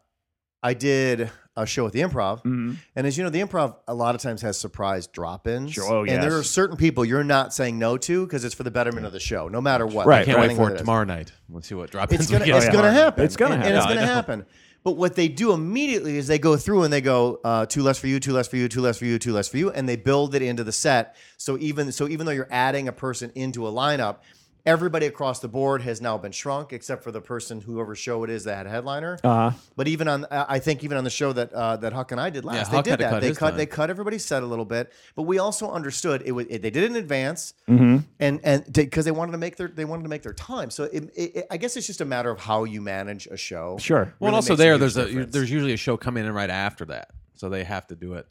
I did a show at the Improv,
Mm.
Mm-hmm.
and as you know, the Improv a lot of times has surprise drop-ins.
Sure, oh,
And there
yes. Mm.
are certain people you're not saying no to because it's for the betterment of the show, no matter what.
Right,
Like,
Can't
depending
wait
on
for
what
it
is.
tomorrow night. Let's see what drop
It's
(laughs)
gonna, it's
yeah.
gonna happen.
It's gonna
And-
happen.
And,
No, I
it's gonna happen. But what they do immediately is they go through and they go uh, two less for you, two less for you, two less for you, two less for you, and they build it into the set. So even so, even though you're adding a person into a lineup, everybody across the board has now been shrunk except for the person whoever show it is that had a headliner. Uh-huh. But even on, I I think even on the show that uh, that Huck and I did last, they
Huck
did
had to
that.
cut
they
his
cut
time.
they cut everybody's set a little bit, but we also understood it was it, they did it in advance
Mm-hmm.
and and because they wanted to make their they wanted to make their time. So it, it, it- I guess it's just a matter of how you manage a show.
Sure.
Well,
really
and also
makes a
there,
huge
there's a
difference.
there's usually a show coming in right after that, so they have to do it.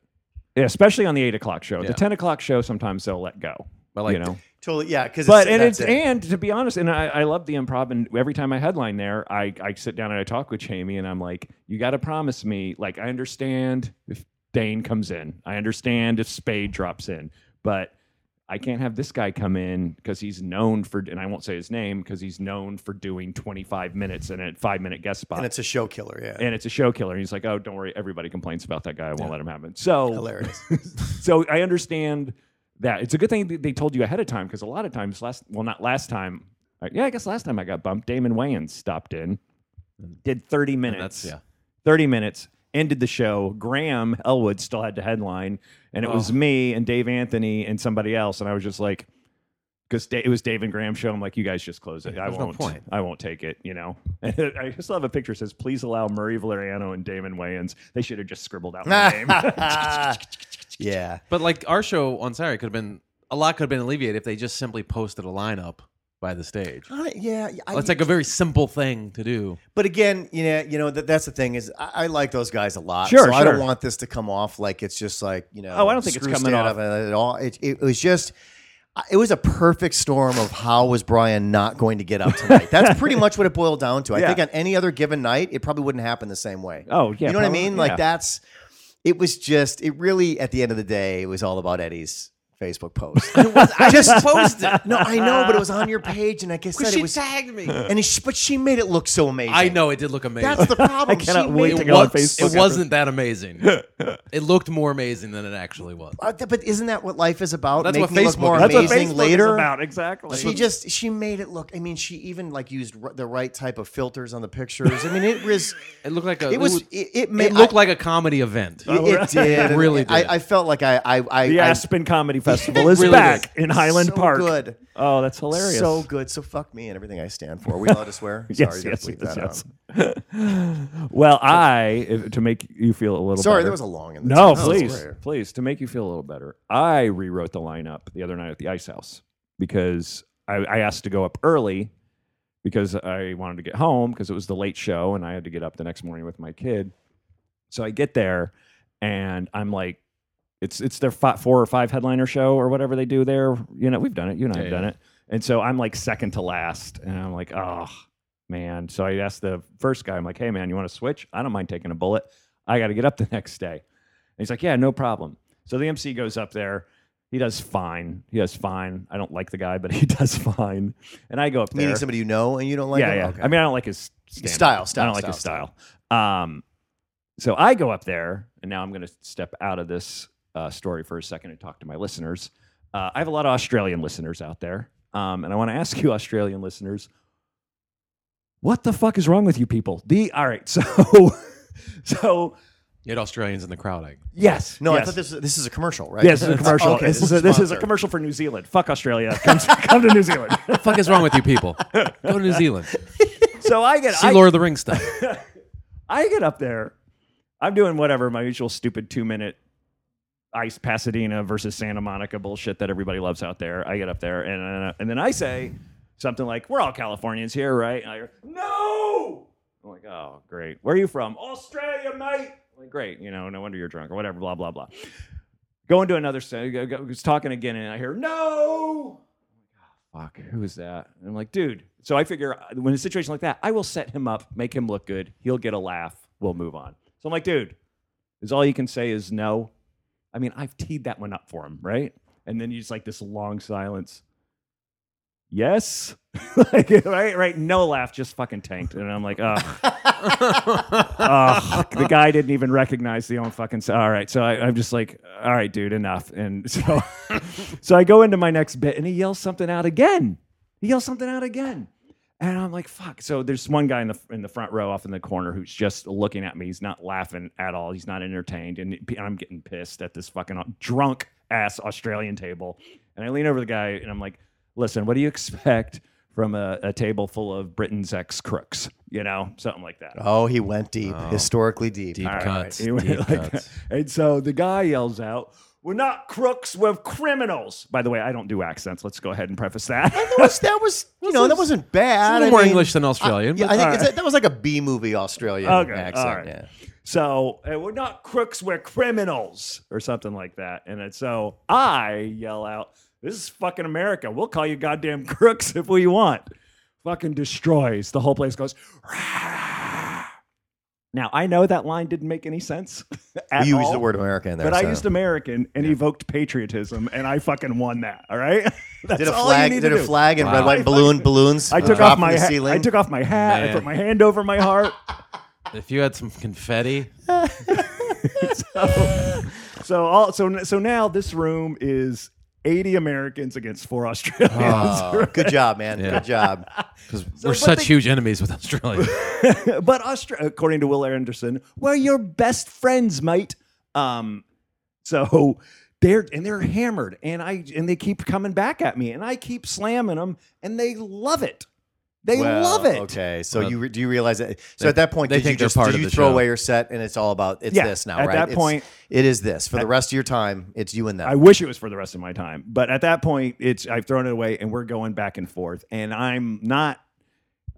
Yeah, especially on the eight o'clock show. The
Yeah.
ten o'clock show sometimes they'll let go.
But, like,
you know.
Totally, yeah. Because
But and it's
that's it.
and to be honest, and I, I love the improv. And every time I headline there, I, I sit down and I talk with Jamie, and I'm like, you got to promise me. Like I understand if Dane comes in, I understand if Spade drops in, but I can't have this guy come in because he's known for, and I won't say his name because he's known for doing 25 minutes and a five minute guest spot.
and it's a show killer. Yeah,
and it's a show killer. And he's like, oh, don't worry. Everybody complains about that guy. I won't let him have it. So
hilarious.
so I understand that. It's a good thing that they told you ahead of time because a lot of times, last well, not last time. uh, Yeah, I guess last time I got bumped. Damon Wayans stopped in, did thirty minutes.
that's- yeah.
thirty minutes. Ended the show. Graham Elwood still had to headline, and it
Oh.
was me and Dave Anthony and somebody else. And I was just like, because it was Dave and Graham show. I'm like, you guys just close it. I
there's no
won't.
point.
I won't take it. You know. (laughs) And I still have a picture that says, please allow Murray Valeriano and Damon Wayans. They should have just scribbled out
(laughs)
my (laughs) name.
(laughs)
(laughs)
yeah,
But like our show on Saturday could have been a lot could have been alleviated if they just simply posted a lineup by the stage.
I- yeah. (gasps) I-
It's like a very simple thing to do.
But again, you know, you know that that's the thing is I, I like those guys a lot.
Sure,
so I
sure.
don't want this to come off like it's just like you know.
Oh, I don't think it's
screw
coming
stand
off.
up at all. It, it was just. It was a perfect storm of how was Brian not going to get up tonight.
(laughs)
That's pretty much what it boiled down to. I
Yeah.
think on any other given night, it probably wouldn't happen the same way.
Oh, yeah,
you know what I
probably-
mean?
yeah.
Like that's. It was just. It really, at the end of the day, it was all about Eddie's
(laughs)
Facebook post.
I just posted.
no, I know, but it was on your page, and like I said,
she
it was.
tagged me.
And she, but she made it look so amazing.
I know it did look amazing.
(laughs)
That's the problem.
I cannot
she
wait
made
to
it
go on
look-
Facebook.
it wasn't that amazing. it looked more amazing than it actually was.
Uh, th- but isn't that what life is about?
That's
Making
what
it look
Facebook
more
is.
That's what
amazing
Facebook
later.
is about. Exactly.
She just she made it look. I mean, she even like used r- the right type of filters on the pictures. I mean, it was
It looked like a.
it was it, it made
it looked like a comedy event.
I, it, it
(laughs)
did.
It really
I-
did.
I, felt like I I I,
the
I
Aspen
(laughs)
Comedy Festival is
really
back
did.
in Highland
so
Park.
Good.
Oh, that's hilarious.
So good. So fuck me and everything I stand for. Are we allowed to swear?
(laughs) yes,
Sorry,
yes,
to leave
yes,
that
yes.
out.
(laughs) well, I if- to make you feel a little.
Sorry,
better-
there was a long in the
No,
title.
please,
Sorry.
please, to make you feel a little better, I rewrote the lineup the other night at the Ice House because I, I asked to go up early because I wanted to get home because it was the late show and I had to get up the next morning with my kid. So I get there and I'm like, it's it's their fi- four or five headliner show or whatever they do there. You know, we've done it. You and I
Yeah,
have
yeah.
done it. And so I'm like second to last, and I'm like, oh man. So I asked the first guy, I'm like, hey man, you want to switch? I don't mind taking a bullet. I got to get up the (laughs) next day. And he's like, yeah, no problem. So the MC goes up there. He does fine. He does fine. I don't like the guy, but (laughs) he does fine. And I go up there.
Meeting somebody you know and you don't like.
yeah,
them?
yeah.
Okay.
I mean, I don't like his stand-up.
Style, style,
I don't like his style. Um, so I go up there, and now I'm going to step out of this uh, story for a second and talk to my listeners. Uh, I have a lot of Australian listeners out there, um, and I want to ask you, (laughs) Australian listeners, what the fuck is wrong with you people? The all right, (laughs) so so
You had Australians in the crowd. I,
yes,
No, I
yes.
thought this was, this is a commercial, right?
Yeah, (laughs) this is a commercial.
Okay,
this, is a, this is a
sponsored.
commercial for New Zealand. Fuck Australia. Come, come to (laughs) New Zealand.
the fuck is wrong with you people? Go to New
(laughs)
Zealand.
So I get
See
I-
Lord of the Rings stuff.
I get up there. I'm doing whatever my usual stupid two minute ice Pasadena versus Santa Monica bullshit that everybody loves out there. I get up there and uh, and then I say something like, "We're all Californians here, right?" And I go, "No." I'm like, "Oh, great. Where are you from?" "Australia, mate." I'm like, great. You know, no wonder you're drunk or whatever. Blah blah blah. Go into another. se- go- go- Was talking again, and I hear, "No." fuck, who is that? And I'm like, dude. So I figure uh, when in a situation like that, I will set him up, make him look good. He'll get a laugh. We'll move on. So I'm like, dude, is all you can say is no? I mean, I've teed that one up for him, right? And then you just like this long silence. Yes, (laughs) like, right, right. No laugh, just fucking tanked. And I'm like, oh, ugh. Ugh, the guy didn't even recognize the own fucking. So, all right, so I, I'm just like, all right, dude, enough. And (laughs) so, so I go into my next bit, and he yells something out again. He yells something out again, and I'm like, fuck. So there's one guy in the in the front row, off in the corner, who's just looking at me. He's not laughing at all. He's not entertained, and I'm getting pissed at this fucking uh, drunk ass Australian table. And I lean over to the guy, and I'm like, listen, what do you expect? From a, a table full of Britain's ex crooks, you know, something like that.
Oh, he went deep, historically deep.
Deep
All right,
cuts.
he went
Deep
like
cuts.
that. And so the guy yells out, We're not crooks, we're criminals. By the way, I don't do accents. Let's go ahead and preface that.
That was, that was you know, that wasn't bad.
a little
I
more
mean,
English than Australian,
yeah,
but
I think
all
it's a, that was like a B movie Australian
Okay,
accent.
all right.
Yeah.
(laughs) so "Uh, we're not crooks, we're criminals, or something like that. And it's- so I yell out, This is fucking America. We'll call you goddamn crooks if we want. Fucking destroys. The whole place goes, "Rah." Now, I know that line didn't make any sense. (laughs) at
You used
all.
the word America in there.
But I
so.
used American and evoked patriotism, and I fucking won that. All right, (laughs) that's
did a
all you
flag
need
did
to
a
do.
flag and red,
Wow.
white, and balloon balloons. uh,
I took
drop
off
from
my
the
hat. I
ceiling.
took off my hat. I
Man.
put my hand over my
(laughs)
heart.
If you had some confetti,
so all so so now this room is eighty Americans against four Australians.
Oh, good job, man.
Yeah.
Good job.
(laughs)
because we're
but
such
they-
huge enemies with (laughs) Australia.
(laughs) but Austra- according to Will Anderson, we're your best friends, mate. Um, so they're and they're hammered, and I and they keep coming back at me, and I keep slamming them, and they love it. They
Well,
love it.
Okay, so you re- do you realize that? So at that point,
they
did you
think they're
just
part
did
of
you
the
throw
show.
away your set and it's all about it's
Yeah,
this now,
at
right?
that
It's- uh,
point-
it is this for the rest of your time. It's you and them.
I wish it was for the rest of my time, but at that point, it's I've thrown it away, and we're going back and forth, and I'm not.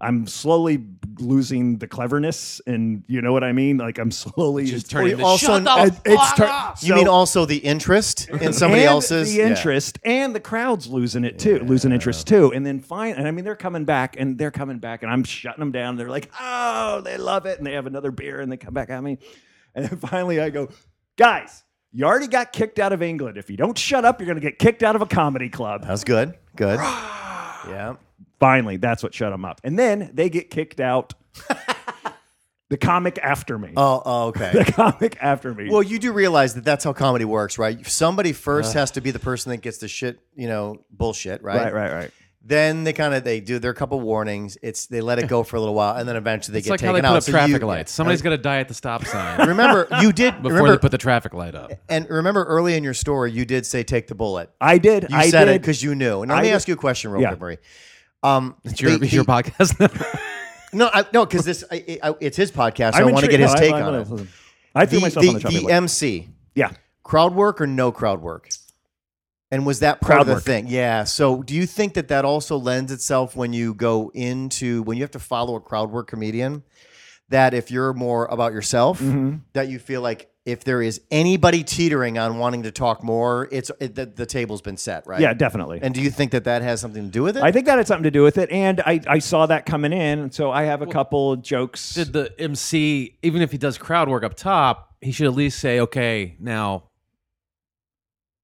I'm slowly losing the cleverness, and you know what I mean. Like I'm (laughs) slowly
Just turning
you
into
also-
shut the
it- it's
fuck
tur-
up.
you
so-
mean also the interest in somebody
and
else's
the
Yeah.
interest and the crowd's losing it too losing interest too and then fine and i mean they're coming back and they're coming back and i'm shutting them down they're like oh they love it and they have another beer and they come back at me and then finally i go guys You already got kicked out of England. If you don't shut up, you're going to get kicked out of a comedy club.
That's good.
(sighs)
Good. yeah.
Finally, that's what shut them up. And then they get kicked
(laughs)
out. the comic after me.
Oh,
(laughs)
oh,
the
okay.
comic after me.
(laughs) Well, you do realize that that's how comedy works, right? Somebody first has to be the person that gets the shit, you know, bullshit, right?
right, right, right.
Then they kind of they do their couple warnings. It's they let it go for a little while, and then eventually they
It's
get
like how
taken
they put
out.
up
So
traffic
you-
lights. Somebody's got to die at the stop sign
(laughs) Remember, you did
(laughs) before
remember,
they put the traffic light up.
and remember early in your story, you did say take the bullet.
I did.
You
I
said
did.
it because you knew. Now
I
let me
did-
ask you a question, real
Yeah.
quick, Marie. Um,
It's your,
the-
it's your
the- (laughs)
podcast.
No, I, no, because this I, I, it's his podcast.
I'm
I want
intrigued.
to get his
No, I-
take
I'm
on
gonna
it.
listen. I threw
the,
myself on the
the-
chopping
the
block.
MC
Yeah.
crowd work or no crowd work, and was that part
Crowd
of the
work.
thing? Yeah. So, do you think that that also lends itself when you go into when you have to follow a crowd work comedian that if you're more about yourself,
Mm-hmm.
that you feel like if there is anybody teetering on wanting to talk more, it's it, the, the table's been set, right?
Yeah, definitely.
And do you think that that has something to do with it?
I think that had something to do with it. And I, I saw that coming in. So I have a couple jokes.
Did the MC, even if he does crowd work up top, he should at least say, okay, now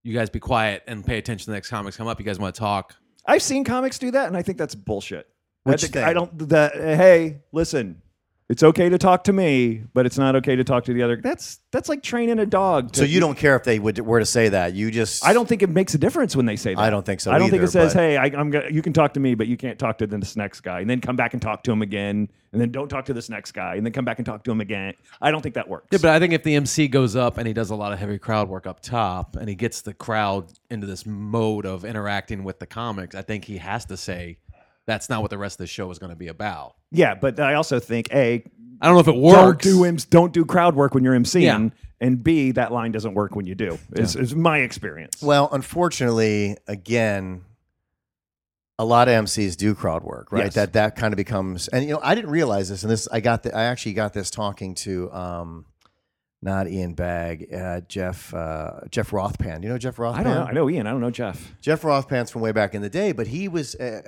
you guys be quiet and pay attention to the next comics come up. You guys want to talk.
I've seen comics do that, and I think that's bullshit.
Which
I, think,
thing?
I don't. The, hey, listen, it's okay to talk to me, but it's not okay to talk to the other. That's that's like training a dog. To,
so. You don't care if they would were to say that. You just
I don't think it makes a difference when they say that.
I don't think so
I don't think
either,
it says,
but-
"Hey, I, I'm gonna, you can talk to me, but you can't talk to this next guy," and then come back and talk to him again, and then don't talk to this next guy, and then come back and talk to him again. I don't think that works.
Yeah, but I think if the MC goes up and he does a lot of heavy crowd work up top and he gets the crowd into this mode of interacting with the comics, I think he has to say that's not what the rest of the show is going to be about.
yeah, but I also think a
I don't know if it works.
Don't do IMS, don't do crowd work when you're MCing.
Yeah.
And B, that line doesn't work when you do. Is, is my experience.
Well, unfortunately, again, a lot of MCs do crowd work, right?
Yes.
That that kind of becomes, and you know, I didn't realize this, and this I got, the, I actually got this talking to, um, not Ian Bag, uh, Jeff uh, Jeff Rothpan. You know Jeff Rothpan?
I don't know. I know Ian. I don't know Jeff.
Jeff Rothpan's from way back in the day, but he was, uh,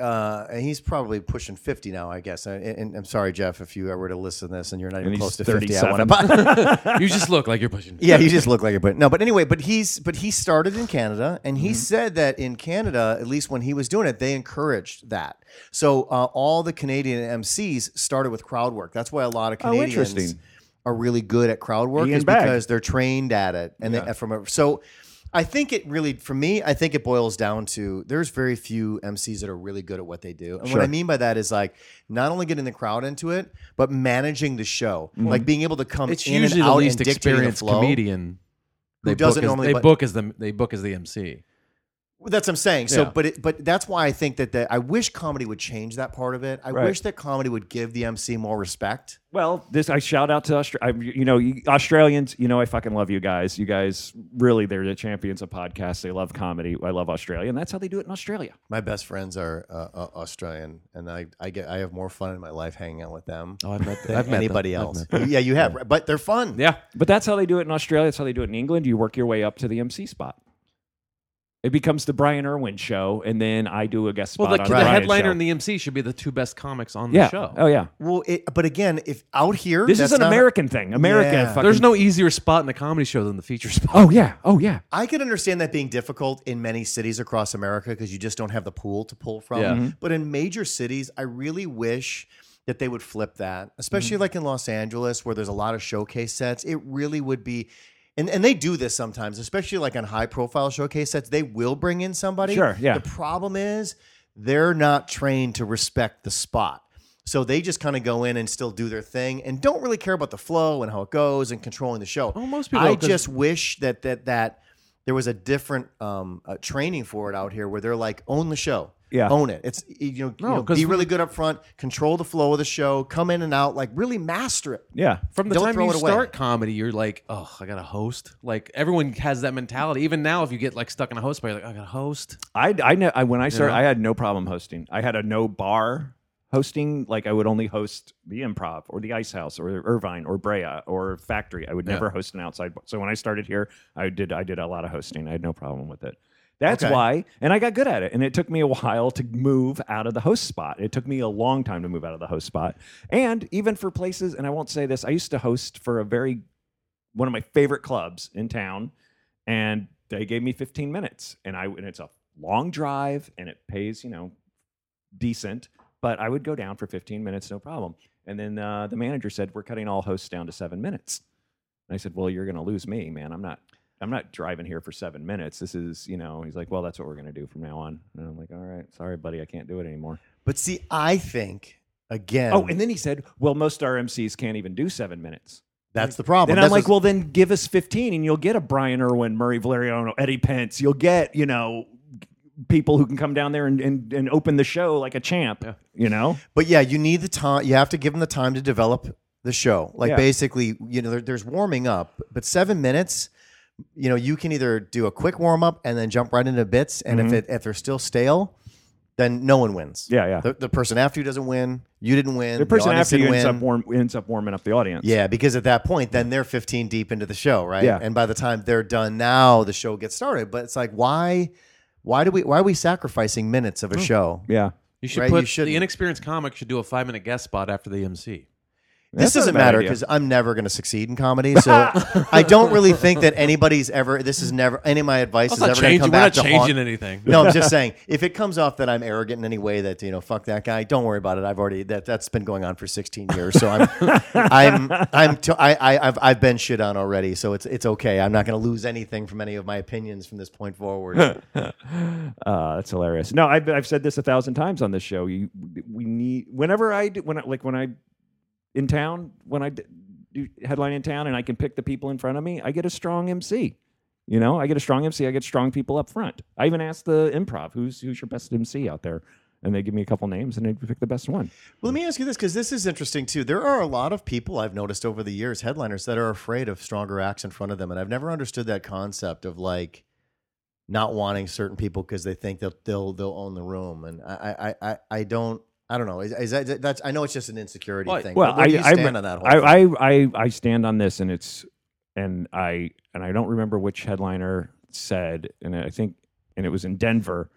uh, and he's probably pushing 50 now, I guess. And, and I'm sorry, Jeff, if you were to listen to this and you're not even
he's
close to 50, I
37.
want to.
you just look like you're
(laughs)
pushing.
Yeah, you just look like it, but no. But anyway, but he's but he started in Canada, and
Mm-hmm.
he said that in Canada, at least when he was doing it, they encouraged that. So uh, all the Canadian MCs started with crowd work. That's why a lot of
Oh,
Canadians
interesting.
are really good at crowd work
Ian
is
Bagg.
because they're trained at it, and they, uh, from a, so. I think it really, for me, I think it boils down to there's very few MCs that are really good at what they do. And what I mean by that is like not only getting the crowd into it, but managing the show, like being able to come
Mm-hmm. It's
Um, in and
usually the
out
least
and dictate the
experienced
flow.
comedian.
Who
They
doesn't
book as,
normally
They
bu-
book as the they book as the MC.
Well, That's what I'm saying. So,
Yeah.
but it, but that's why I think that the, I wish comedy would change that part of it. I
Right.
wish that comedy would give the MC more respect.
Well, this I shout out to Australia. You know, you- Australians. You know, I fucking love you guys. You guys really, they're the champions of podcasts. They love comedy. I love Australia, and that's how they do it in Australia.
My best friends are uh, uh, Australian, and I, I get I have more fun in my life hanging out with them
Oh, I've (laughs) met
than
I've met
anybody
them. I've
else.
met them.
yeah, you have, right? but they're fun.
Yeah,
But that's how they do it in Australia. That's how they do it in England. You work your way up to the MC spot. It becomes the Brian Irwin show, and then I do a guest
well,
spot
the,
on
the
Brian's
headliner
show.
and the MC should be the two best comics on
yeah.
the show.
Oh yeah.
Well, it, but again, if out here,
This
that's
is an
not-
American thing. America.
Yeah.
Fucking,
There's no easier spot in a comedy show than the feature spot. (laughs)
Oh yeah. Oh yeah.
I can understand that being difficult in many cities across America because you just don't have the pool to pull from.
Yeah.
But in major cities, I really wish that they would flip that, especially
Mm-hmm.
like in Los Angeles where there's a lot of showcase sets. It really would be. And, and they do this sometimes, especially like on high profile showcase sets. They will bring in somebody.
Sure, yeah.
The problem is they're not trained to respect the spot. So they just kind of go in and still do their thing and don't really care about the flow and how it goes and controlling the show.
Well, most people
I
don't, 'cause-
just wish that that that there was a different um, uh, training for it out here where they're like own the show.
Yeah.
Own it. It's you know, you
No,
know,
'cause
be
we-
really good up front, control the flow of the show, come in and out, like really master it.
Yeah.
From the
Don't
time
throw
you
it away.
start comedy, you're like, oh, I got to host. Like everyone has that mentality. Even now, if you get like stuck in a host spot, you're like, I got to host.
I, I, know, I when I started,
know?
I had no problem hosting. I had a no bar hosting. Like I would only host the Improv or the Ice House or Irvine or Brea or Factory. I would never host an outside. bar. So when I started here, I did I did a lot of hosting. I had no problem with it. That's
Okay.
why, and I got good at it. And it took me a while to move out of the host spot. It took me a long time to move out of the host spot. And even for places, and I won't say this, I used to host for a very one of my favorite clubs in town and they gave me 15 minutes and i and it's a long drive and it pays you know decent but i would go down for 15 minutes no problem and then uh, the manager said we're cutting all hosts down to seven minutes and i said well you're going to lose me man i'm not i'm not driving here for seven minutes this is you know he's like well that's what we're going to do from now on and i'm like all right sorry buddy i can't do it anymore
But see, I think again.
oh and then he said well most RMCs can't even do seven minutes
that's the problem.
and I'm
That's
like,
what's-
well, then give us 15 and you'll get a Brian Irwin, Murray Valeriano, Eddie Pence. You'll get, you know, people who can come down there and, and, and open the show like a champ,
Yeah.
you know?
But yeah, you need the time. You have to give them the time to develop the show. Like
Yeah.
basically, you know, there, there's warming up, but seven minutes. You know, you can either do a quick warm up and then jump right into bits, and
Mm-hmm.
if it if they're still stale, then no one wins.
Yeah, yeah.
The, the person after you doesn't win. You didn't win.
The person
audience
after you
didn't
ends
win.
up, warm, ends up warming up the audience.
Yeah, because at that point, then they're 15 deep into the show, right?
Yeah.
And by the time they're done, now the show gets started. But it's like, why, why do we, why are we sacrificing minutes
Hmm.
of a show?
Yeah.
You should
Right, you
put
shouldn't.
the inexperienced comic should do a five minute guest spot after the MC.
This
That's not a
doesn't
bad
matter
idea.
because I'm never going to succeed
(laughs)
in comedy, so I don't really think that anybody's ever. This is never any of my advice
That's
is
not
ever going to
changing.
come
We're not
back to
changing
haunt.
anything.
(laughs) No, I'm just saying if it comes off that I'm arrogant in any way, that you know, fuck that guy. Don't worry about it. I've already that that's been going on for 16 years, so I'm I'm I'm t- I, I I've I've been shit on already, so it's it's okay. I'm not going to lose anything from any of my opinions from this point forward.
(laughs) Uh, that's hilarious. No, I've, I've said this a thousand times on this show. You, we need whenever I do when I, like when I in town when I d- do headline in town and I can pick the people in front of me, I get a strong MC. You know, I get a strong MC. I get strong people up front. I even ask the improv, "Who's who's your best MC out there?" And they give me a couple names and they pick the best one.
Well, let me ask you this because this is interesting too. There are a lot of people I've noticed over the years, headliners that are afraid of stronger acts in front of them, and I've never understood that concept of like not wanting certain people because they think that they'll they'll own the room, and I I I, I don't. I don't know. Is, is that, that's I know it's just an insecurity
Well,
thing.
Well,
but where
I,
do you
I,
stand on that whole thing?
I, I, I, I stand on this, and it's and I and I don't remember which headliner said, and I think and it was in Denver,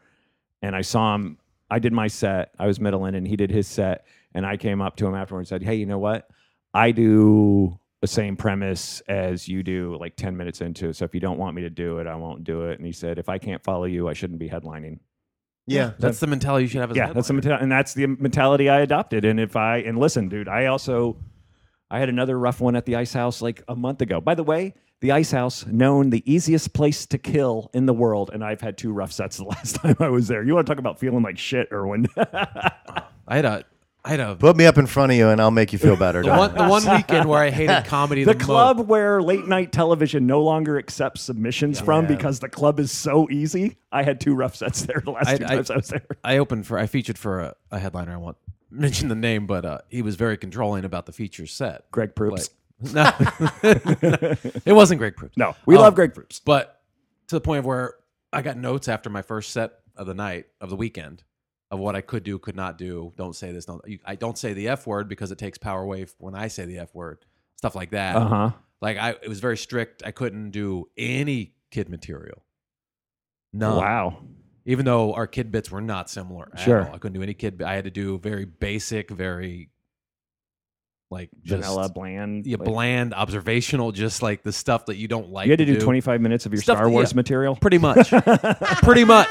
and I saw him. I did my set. I was middle in, and he did his set, and I came up to him afterwards and said, "Hey, you know what? I do." The same premise as you do, like 10 minutes into it. So if you don't want me to do it, I won't do it. And he said, If I can't follow you, I shouldn't be headlining
yeah,
That's the mentality you should have. As a
yeah, that's the
headliner.
mentality, and that's the mentality I adopted. And if I and listen, dude, I also I had another rough one at the Ice House like a month ago. By the way, the Ice House, known the easiest place to kill in the world, and I've had two rough sets the (laughs) last time I was there. You want to talk about feeling like shit, (laughs) Erwin?
I had a, I
(laughs)
had a
put me up in front of you, and I'll make you feel better.
the
Don.
one, the one weekend where
(laughs)
I hated comedy.
the
the most.
club where late night television no longer accepts submissions from
Yeah.
because the club is so easy. I had two rough sets there the last
I-
two
I-
times I was there.
I opened for I featured for a, a headliner. I won't (laughs) mention the name, but uh, he was very controlling about the feature set. (laughs)
Greg Proops.
But- no, it wasn't Greg Proops.
No, Oh. we
Um,
love Greg Proops.
but to the point of where I got notes after my first set of the night of the weekend of what I could do, could not do. Don't say this. Don't you, I don't say the f word because it takes power away when I say the f word. Stuff like that.
Uh huh.
Like I, it was very strict. I couldn't do any kid material. No,
Wow.
even though our kid bits were not similar at
Sure.
all. I couldn't do any kid. I had to do very basic, very like just
Vanilla, bland.
yeah,
like-
bland, observational, just like the stuff that you don't like.
you had to do,
do
25 minutes of your
Stuff
Star
that-
Wars
yeah.
material. (laughs)
pretty much, pretty much,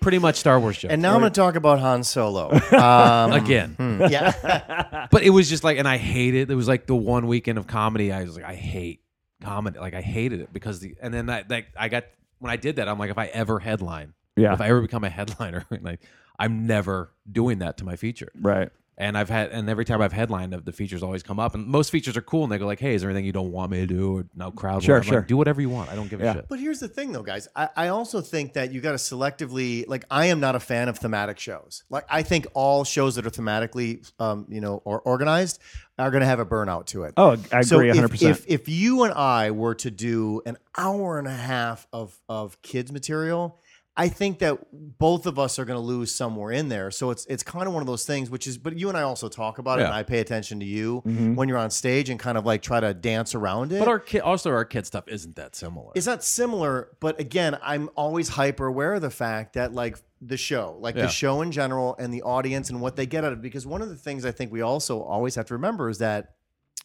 pretty much Star Wars jokes.
and now I'm going to talk about
(laughs)
Han Solo um,
Again.
hmm, yeah,
but it was just like, and I hated. It was like the one weekend of comedy. I was like, I hate comedy. Like I hated it because the. And then I like I got when I did that. I'm like, if I ever headline,
Yeah.
if I ever become a headliner, (laughs) like I'm never doing that to my feature.
right.
And I've had, and every time I've headlined, the features always come up, and most features are cool, and they go like, "Hey, is there anything you don't want me to do?" Or no crowd.
Sure,
work?" I'm like,
sure.
do whatever you want. I don't give
Yeah.
a shit.
But here's the thing, though, guys. I, I also think that you got to selectively. Like, I am not a fan of thematic shows. Like, I think all shows that are thematically, um, you know, or organized, are going to have a burnout to it.
Oh, I agree 100%.
If, if if you and I were to do an hour and a half of of kids material, I think that both of us are going to lose somewhere in there. So it's it's kind of one of those things, which is. But you and I also talk about it,
Yeah.
and I pay attention to you
Mm-hmm.
when you're on stage and kind of like try to dance around it.
But our kid, also our kid stuff isn't that similar.
It's not similar, but again, I'm always hyper aware of the fact that like the show, like
Yeah.
the show in general and the audience and what they get out of it. Because one of the things I think we also always have to remember is that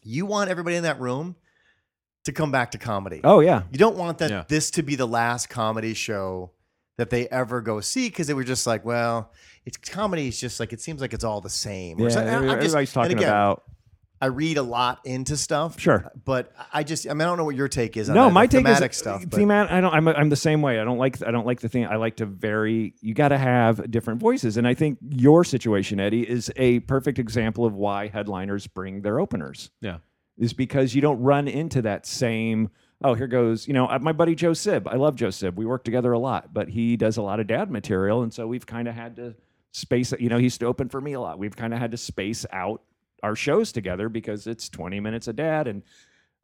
you want everybody in that room to come back to comedy.
Oh yeah.
You don't want that
Yeah.
this to be the last comedy show that they ever go see because they were just like, well, it's comedy is just like it seems like it's all the same.
Yeah,
or something. I- I'm
every-
just-
everybody's
and
talking
again,
about.
I read a lot into stuff.
Sure.
But I just I mean I don't know what your take is on
No,
that,
my
the
take
thematic
is
stuff. but-
Thematic, I don't. I'm, I'm the same way. I don't like. I don't like the thing. I like to vary. You got to have different voices, and I think your situation, Eddie, is a perfect example of why headliners bring their openers.
Yeah.
is because you don't run into that same. Oh, here goes. You know, uh, my buddy Joe Sib. I love Joe Sib. We work together a lot, but he does a lot of dad material, and so we've kind of had to space. You know, he used to open for me a lot. We've kind of had to space out our shows together because it's 20 minutes of dad and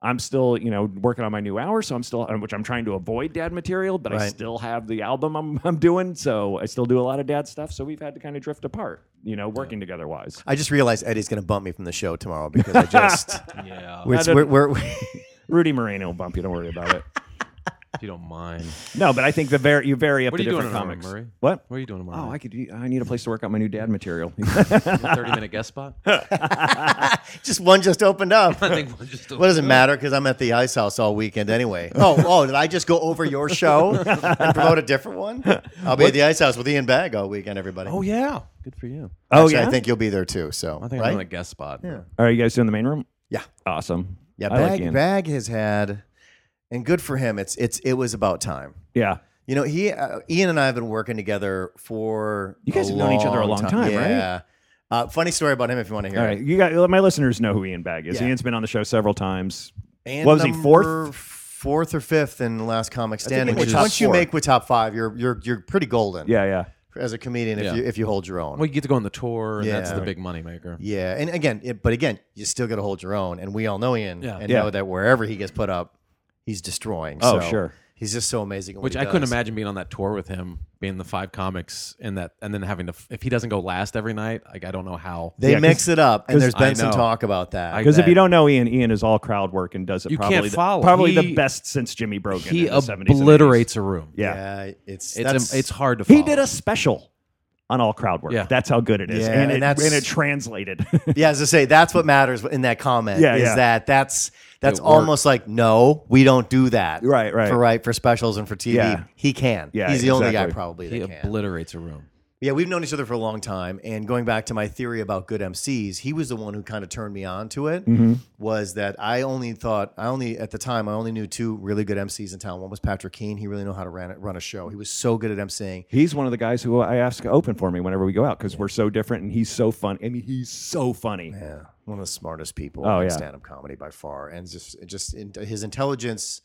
I'm still, you know, working on my new hour, so I'm still, uh, which I'm trying to avoid dad material, but I
Right.
still have the album I'm, (laughs) I'm doing, so I still do a lot of dad stuff. So we've had to kind of drift apart, you know, working together wise.
I just realized Eddie's going to bump me from the show tomorrow because I (laughs) just
Yeah.
we're,
I don't-
we're, we're
Rudy Moreno will bump you, don't worry about it.
if you don't mind.
No, but I think the var- you vary up
What
the
are you doing
different
tomorrow,
comics.
Murray?
What?
What are you doing tomorrow?
Oh, I could. I need a place to work out my new dad (laughs) material.
a 30 minute guest spot?
(laughs) just one just opened up.
I think we'll just
What does it matter? Because I'm at the ice house all weekend anyway. Oh, oh, did I just go over your show and promote a different one? I'll be at the ice house with Ian Bag all weekend, everybody.
Oh, yeah. Good for you.
oh
Actually,
yeah.
I think you'll be there too. So
I think
right?
I'm on a guest spot. Yeah.
Are you guys doing the main room?
yeah,
Awesome.
yeah.
I like
Bag,
Ian.
Bag has had, and good for him. It's it's it was about time.
Yeah.
You know, he uh, Ian and I have been working together for
You guys
a
have known each other a
long
long time, right?
Yeah. Uh, funny story about him if you want to hear.
All
it.
right, you got let my listeners know who Ian Bag is.
Yeah.
Ian's been on the show several times.
And
What was he, fourth?
number Fourth or fifth in the last comic standing,
made
which
top
once you
four.
make with top five, you're you're you're pretty golden.
Yeah, yeah.
as a comedian if
Yeah.
you if you hold your own.
Well, you get to go on the tour, and that's
Yeah.
the big money maker.
yeah, and again, it, but again, you still got to hold your own, and we all know Ian
Yeah.
and
Yeah.
know that wherever he gets put up, he's destroying.
Oh,
So
sure.
he's just so amazing. at what
Which
he
I couldn't
does.
imagine being on that tour with him, being the five comics, and that, and then having to. If he doesn't go last every night, like I don't know how.
They
Yeah, 'cause-
mix it up, and there's
I
been some
know.
talk about that.
Because if
that-
you don't know Ian, Ian is all crowd work and does it
You can't
probably the,
follow.
probably the
He-
best since Jimmy Brogan.
he
in the 70s and 80s.
obliterates a room.
Yeah.
yeah, it's
it's
that's,
it's hard to. Follow.
he did a special on all crowd work.
Yeah.
That's how good it is,
Yeah,
and,
and
it,
that's-
and it (laughs) translated.
yeah. As I say, that's what matters in that comment.
Yeah,
is
yeah.
that that's that's
It worked.
almost like no, we don't do that.
Right, right.
For right for specials and for TV,
Yeah.
he can.
Yeah,
he's the only guy
exactly.
probably
He
that can.
obliterates a room.
Yeah, we've known each other for a long time, and going back to my theory about good MCs, he was the one who kind of turned me on to it.
Mm-hmm.
Was that I only thought I only at the time I only knew two really good MCs in town. One was Patrick Keane. He really knew how to run, run a show. He was so good at MCing.
he's one of the guys who I ask to open for me whenever we go out because we're so different, and he's so funny. I mean, he's so funny.
Yeah, one of the smartest people
Oh,
in
yeah.
stand-up comedy by far, and just just in, his intelligence,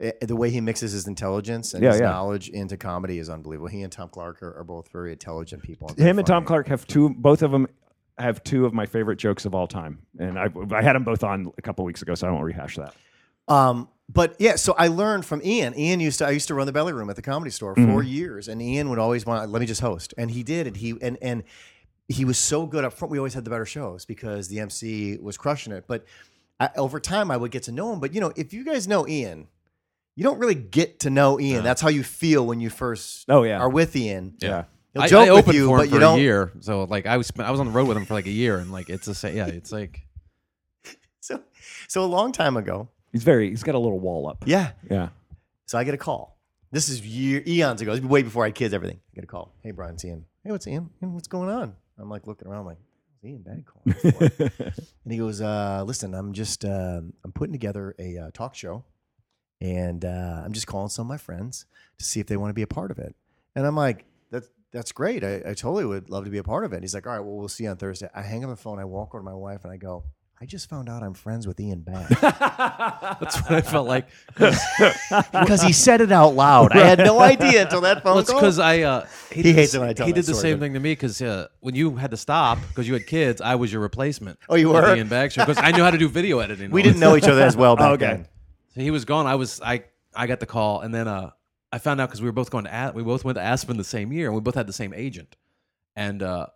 eh, the way he mixes his intelligence and
Yeah,
his
yeah.
knowledge into comedy is unbelievable. He and Tom Clark are, are both very intelligent people.
Him and Tom
funny.
Clark have two. Both of them have two of my favorite jokes of all time, and I I had them both on a couple weeks ago, so I won't rehash that.
Um, but yeah, so I learned from Ian. Ian used to I used to run the belly room at the comedy store for
Mm-hmm.
years, and Ian would always want let me just host, and he did, and he and and he was so good up front. We always had the better shows because the MC was crushing it. But I, over time, I would get to know him. But you know, if you guys know Ian, you don't really get to know Ian. That's how you feel when you first
Oh, yeah.
are with Ian.
Yeah.
He'll
I,
joke
I
with
opened
you,
for
but
him
you
for
don't.
a year. So like I was I was on the road with him for like a year, and like it's a sa- yeah, it's like
(laughs)
(laughs)
So, so a long time ago,
He's very. He's got a little wall up.
yeah.
Yeah.
So I get a call. This is year, eons ago. This is way before I had kids, everything. I get a call. Hey, Brian, it's Ian. Hey, what's Ian? Ian, what's going on? I'm like looking around, like, what's Ian Bag calling for? and he goes, uh, listen, I'm just, uh, I'm putting together a uh, talk show and uh, I'm just calling some of my friends to see if they want to be a part of it. And I'm like, that's, that's great. I, I totally would love to be a part of it. He's like, all right, well, we'll see you on Thursday. I hang up the phone. I walk over to my wife and I go, I just found out I'm friends with Ian Bag.
that's what I felt like.
because he said it out loud. I had no idea until that phone
Well, it's
call.
because I uh,
He
did
hates
the-
it when I tell
He
that
did the
story,
same
but-
thing to me because uh, when you had to stop because you had kids, I was your
(laughs)
replacement.
Oh, you
at the
were?
Ian Baxter because I knew how to do video editing.
We didn't know each other
(laughs)
as well back
Okay.
then.
So he was gone. I was I I got the call, and then uh, I found out because we were both going to As- we both went to Aspen the same year, and we both had the same agent. And uh,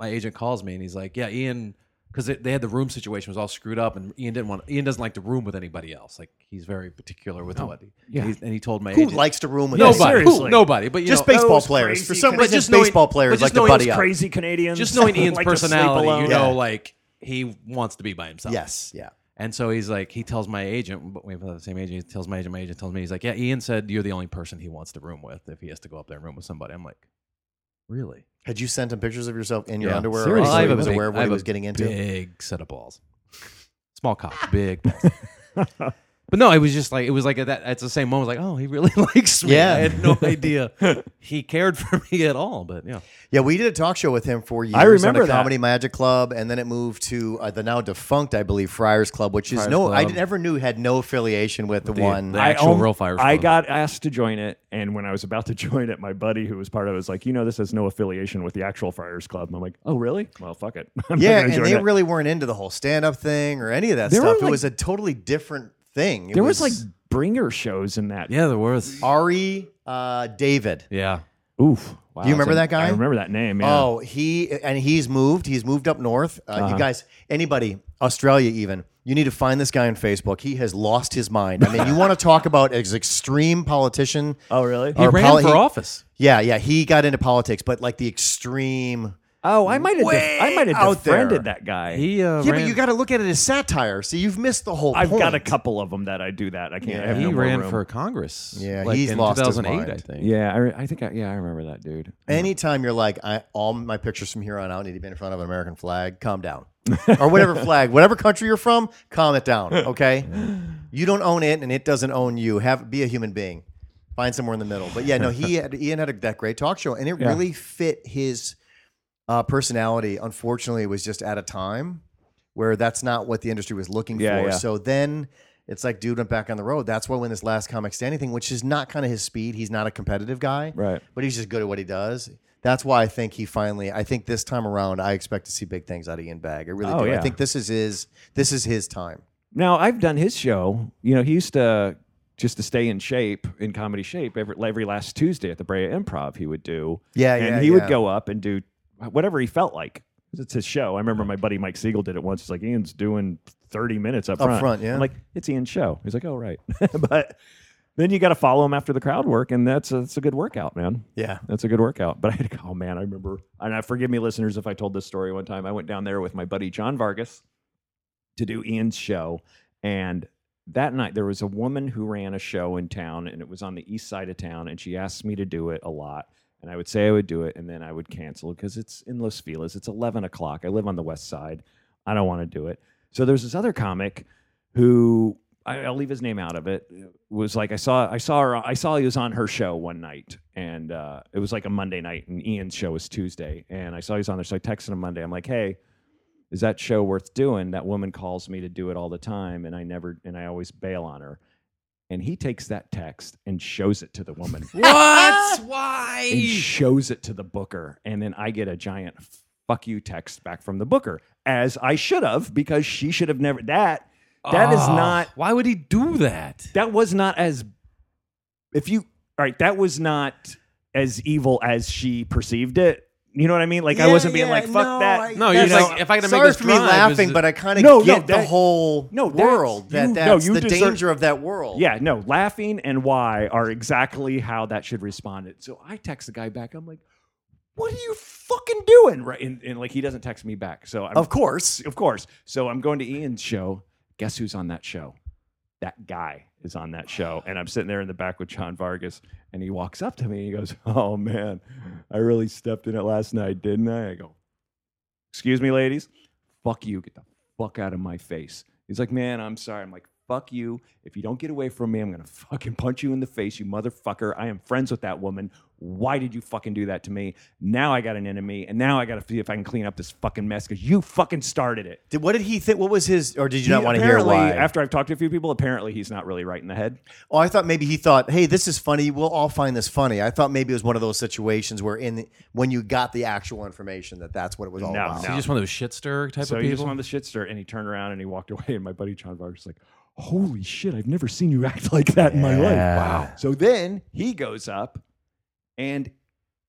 my agent calls me, and he's like, "Yeah, Ian." Because they had the room situation was all screwed up, and Ian didn't want. Ian doesn't like to room with anybody else. Like he's very particular with what he. Yeah. And he told my
Who
agent,
likes to room with
nobody,
us?
who?
seriously.
nobody, but you
Just
know,
baseball
Those
players.
crazy
For some
kids.
reason,
But just knowing-
baseball
but
players
just
like to
knowing
buddy
it's
up.
Crazy Canadians.
just knowing Ian's
(laughs) like to sleep
personality,
alone.
you
Yeah.
know, like he wants to be by himself.
Yes, yeah.
And so he's like, he tells my agent, but we have the same agent. He tells my agent, my agent tells me, he's like, yeah, Ian said you're the only person he wants to room with if he has to go up there and room with somebody. I'm like, really?
Had you sent him pictures of yourself in your
Yeah.
underwear?
Seriously.
Already, so
I
he
have a
was
big-
aware of
I
what he
have
was
a
getting into.
Big set of balls, small cock,
(laughs)
big. balls. but no, it was just like it was like at that. At the same moment, I was like, oh, he really (laughs) likes me.
Yeah.
I had
(laughs)
no idea he cared for me at all. But yeah,
Yeah, we did a talk show with him for years.
remember
on the
that.
Comedy Magic Club, and then it moved to uh, the now defunct, I believe, Friars Club, which is
Friars
no, I
Club.
never knew had no affiliation with the,
The-
one.
the- actual
alm-
real fire
Oh, I
squad.
got asked to join it, and when I was about to (laughs) join it, my buddy who was part of it was like, "You know, this has no affiliation with the actual Friars Club." And I'm like, "Oh, really? Well, fuck it." (laughs) I'm not
yeah,
gonna
and
join
they
it.
really weren't into the whole stand-up thing or any of that
There were,
stuff. it
like-
was a totally different thing. It
there was, like bringer shows in that.
yeah, there was.
Ari uh, David.
Yeah,
Oof. Wow.
Do you remember
So
that guy?
I remember that name. Yeah. Uh-huh.
Oh, he and he's moved. He's moved up north. Uh, You guys, anybody, Australia, even you need to find this guy on Facebook. He has lost his mind. I mean, you want to talk about as extreme politician?
(laughs) Oh, really?
he
Or
ran
poli-
for
he-
office.
Yeah, yeah, he got into politics, but like the extreme.
Oh, I might have.
Way
Def- I might have
out
defriended
there.
that guy.
He uh,
yeah,
ran,
but you got to look at it as satire. See, you've missed the whole.
I've
point.
got a couple of them that I do that. I can't. I have
he
no more
ran
room.
for Congress.
Yeah,
like
he's
in
lost his
2008,
mind.
I think.
Yeah, I, re- I think. I, yeah, I remember that dude.
Anytime you're like, I, all my pictures from here on out need to be in front of an American flag.
(laughs)
Calm down, or whatever flag, whatever country you're from, calm
(laughs)
it down. Okay, you don't own it, and it doesn't own you. Have be a human being. Find somewhere in the middle. But yeah, no,
(laughs)
he had, Ian had a, that great talk show, and it
Yeah.
really fit his uh, personality. Unfortunately, it was just at a time where that's not what the industry was looking
Yeah,
for.
yeah.
So then. It's like dude went back on the road. That's why when this last comic standing thing, which is not kind of his speed, he's not a competitive guy
Right.
but he's just good at what he does. That's why I think he finally. I think this time around, I expect to see big things out of Ian Bag. I really
Oh,
do.
yeah.
I think this is his. This is his time.
Now I've done his show. You know, he used to just to stay in shape, in comedy shape, every every last Tuesday at the Brea Improv, he would do.
Yeah,
and
yeah,
he would
yeah.
go up and do whatever he felt like. 'Cause It's his show. I remember my buddy Mike Siegel did it once. He's like, Ian's doing thirty minutes up
Up
front.
front, yeah.
I'm like, it's Ian's show. He's like, oh right, (laughs) but. Then you got to follow him after the crowd work, and that's a, that's a good workout, man.
Yeah.
That's a good workout. (laughs) But I had to go, oh man, I remember, and I forgive me, listeners, if I told this story one time. I went down there with my buddy John Vargas to do Ian's show. And that night, there was a woman who ran a show in town, and it was on the east side of town. And she asked me to do it a lot. And I would say I would do it, and then I would cancel because it's in Los Feliz. It's 11 o'clock. I live on the west side. I don't want to do it. So there's this other comic who I, I'll leave his name out of it. Was like I saw I saw her I saw he was on her show one night, and uh, it was like a Monday night, and Ian's show was Tuesday, and I saw he was on there. So I texted him Monday. I'm like, hey, is that show worth doing? That woman calls me to do it all the time, and I never and I always bail on her. And he takes that text and shows it to the woman
(laughs) What? Why?
and shows it to the booker and then i get a giant fuck you text back from the booker as i should have because she should have never that That is
Ah,
not
Why would he do that?
that was not as if you all right that was not as evil as she perceived it you know what i mean like i wasn't being like fuck that
No, you
that's-
know, like, if I gotta make
sorry
this
for me
drive,
laughing,
is-
but I kind of
No, no,
get the
that-
whole
no, that's-
world. That
you- no,
that's
you
the
deserve-
danger of that world.
Yeah, no, laughing and why are exactly how that should respond. It. So I text the guy back. I'm like, "What are you fucking doing?" Right, and, and like he doesn't text me back. So I'm,
Of course.
of course. So I'm going to Ian's show. Guess who's on that show? That guy is on that show, and I'm sitting there in the back with John Vargas, and he walks up to me and he goes, (laughs) "Oh man, I really stepped in it last night, didn't I?" I go, "Excuse me, ladies." fuck you, get the fuck out of my face. He's like, man, I'm sorry. I'm like, fuck you. If you don't get away from me, I'm gonna fucking punch you in the face, you motherfucker. I am friends with that woman. Why did you fucking do that to me? Now I got an enemy, and now I gotta see if I can clean up this fucking mess because you fucking started it.
Did, what did he think? What was his? Or did you not
He-
want to hear
apparently,
why?
After I've talked to a few people, apparently he's not really right in the head.
Oh, I thought maybe he thought, "Hey, this is funny. We'll all find this funny." I thought maybe it was one of those situations where, in the, when you got the actual information, that that's what it was all
No,
about.
no.
So you just one of those shit stir type
So
of
he just
people.
wanted the shit stir, and he turned around and he walked (laughs) away. And my buddy John Vargas was like, "Holy shit! I've never seen you act (laughs) like that in my life." Wow. So then he goes up and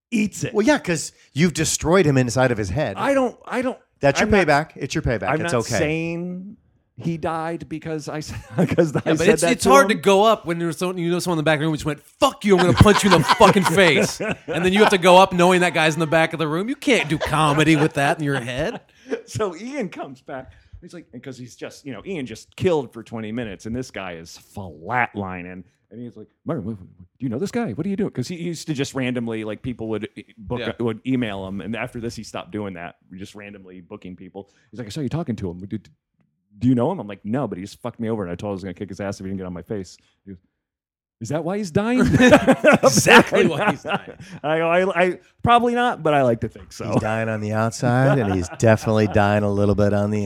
eats it.
Well, yeah, because you've destroyed him inside of his head.
I don't. I don't.
That's your
I'm not-
payback. it's your payback.
I'm
it's
not
okay.
saying he died because I because I
Yeah,
said (laughs)
but it's,
that
it's hard
him.
to go up when there's someone you know someone in the back of the room just went fuck you I'm gonna punch you in the
(laughs)
fucking face and then you have to go up knowing that guy's in the back of the room you can't do comedy with that in your head
So Ian comes back. He's like, because he's just, you know, Ian just killed for 20 minutes, and this guy is flatlining. And he's like, Martin, what- what- do you know this guy? What are you doing? Because he used to just randomly, like, people would eh, book,
Yeah.
would email him, and after this, he stopped doing that, just randomly booking people. He's like, I saw you talking to him. Do, do you know him? I'm like, no, but he just fucked me over, and I told him I was gonna kick his ass if he didn't get on my face. He goes, is that why he's dying?
(laughs) Exactly why he's dying.
(laughs) I, go, I, I probably not, but I like to think so.
He's dying on the outside, and
(laughs)
he's definitely dying a little bit on the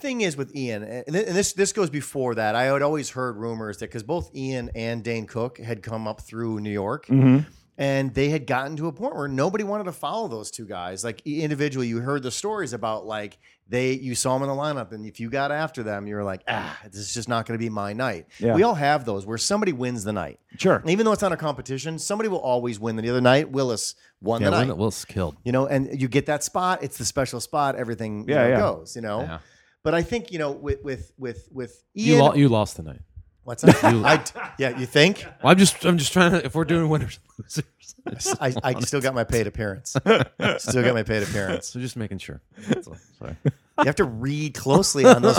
(sighs)
Thing is with Ian, and thi- and this this goes before that. I had always heard rumors that because both Ian and Dane Cook had come up through New York,
Mm-hmm.
and they had gotten to a point where nobody wanted to follow those two guys. Like i- individually, you heard the stories about like they you saw them in the lineup, and if you got after them, you were like, ah, this is just not going to be my night.
Yeah.
We all have those where somebody wins the night.
Sure.
Even though it's not a competition, somebody will always win. The other night, Willis won the night
Will's killed.
you know, and you get that spot. It's the special spot. Everything you
Yeah,
know,
yeah.
goes, you know.
Yeah.
But I think you know with with with with
You,
Ian.
lo- you lost the night.
what's that? I d yeah, you think?
Well, I'm just I'm just trying to. If we're doing winners and losers,
I, I still got my paid appearance. Still got my paid appearance.
so just making sure. That's all.
(laughs)
Sorry.
You have to read closely on those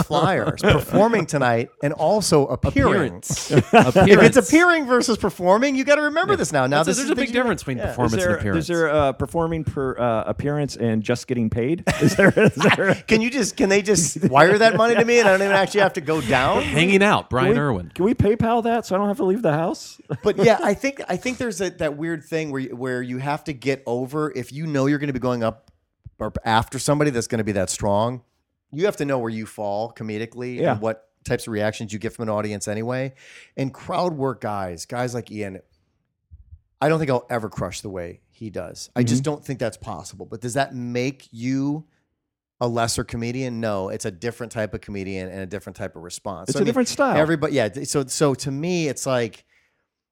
(laughs)
flyers. Performing tonight and also appearing. If
appearance.
it's appearing versus performing, you got to remember this now. Now
That's-
this
there's
is
a
things
big
you-
difference between performance
is there,
and appearance.
Is there uh, performing per uh, appearance and just getting
(laughs)
paid? Is there? Is there
Can you just can they just wire that money to me and I don't even actually have to
(laughs)
go down?
Hanging out, Brian
we-
Irwin.
Can we PayPal that so I don't have to leave the house?
but yeah, I think I think there's a, that weird thing where you, where you have to get over if you know you're going to be going up or after somebody that's going to be that strong. You have to know where you fall comedically
Yeah.
and what types of reactions you get from an audience anyway. And crowd work guys, guys like Ian, I don't think I'll ever crush the way he does. I
Mm-hmm.
just don't think that's possible. But does that make you a lesser comedian? No, it's a different type of comedian and a different type of response.
It's
So,
a
I mean,
different style.
Everybody, yeah. So, so to me, it's like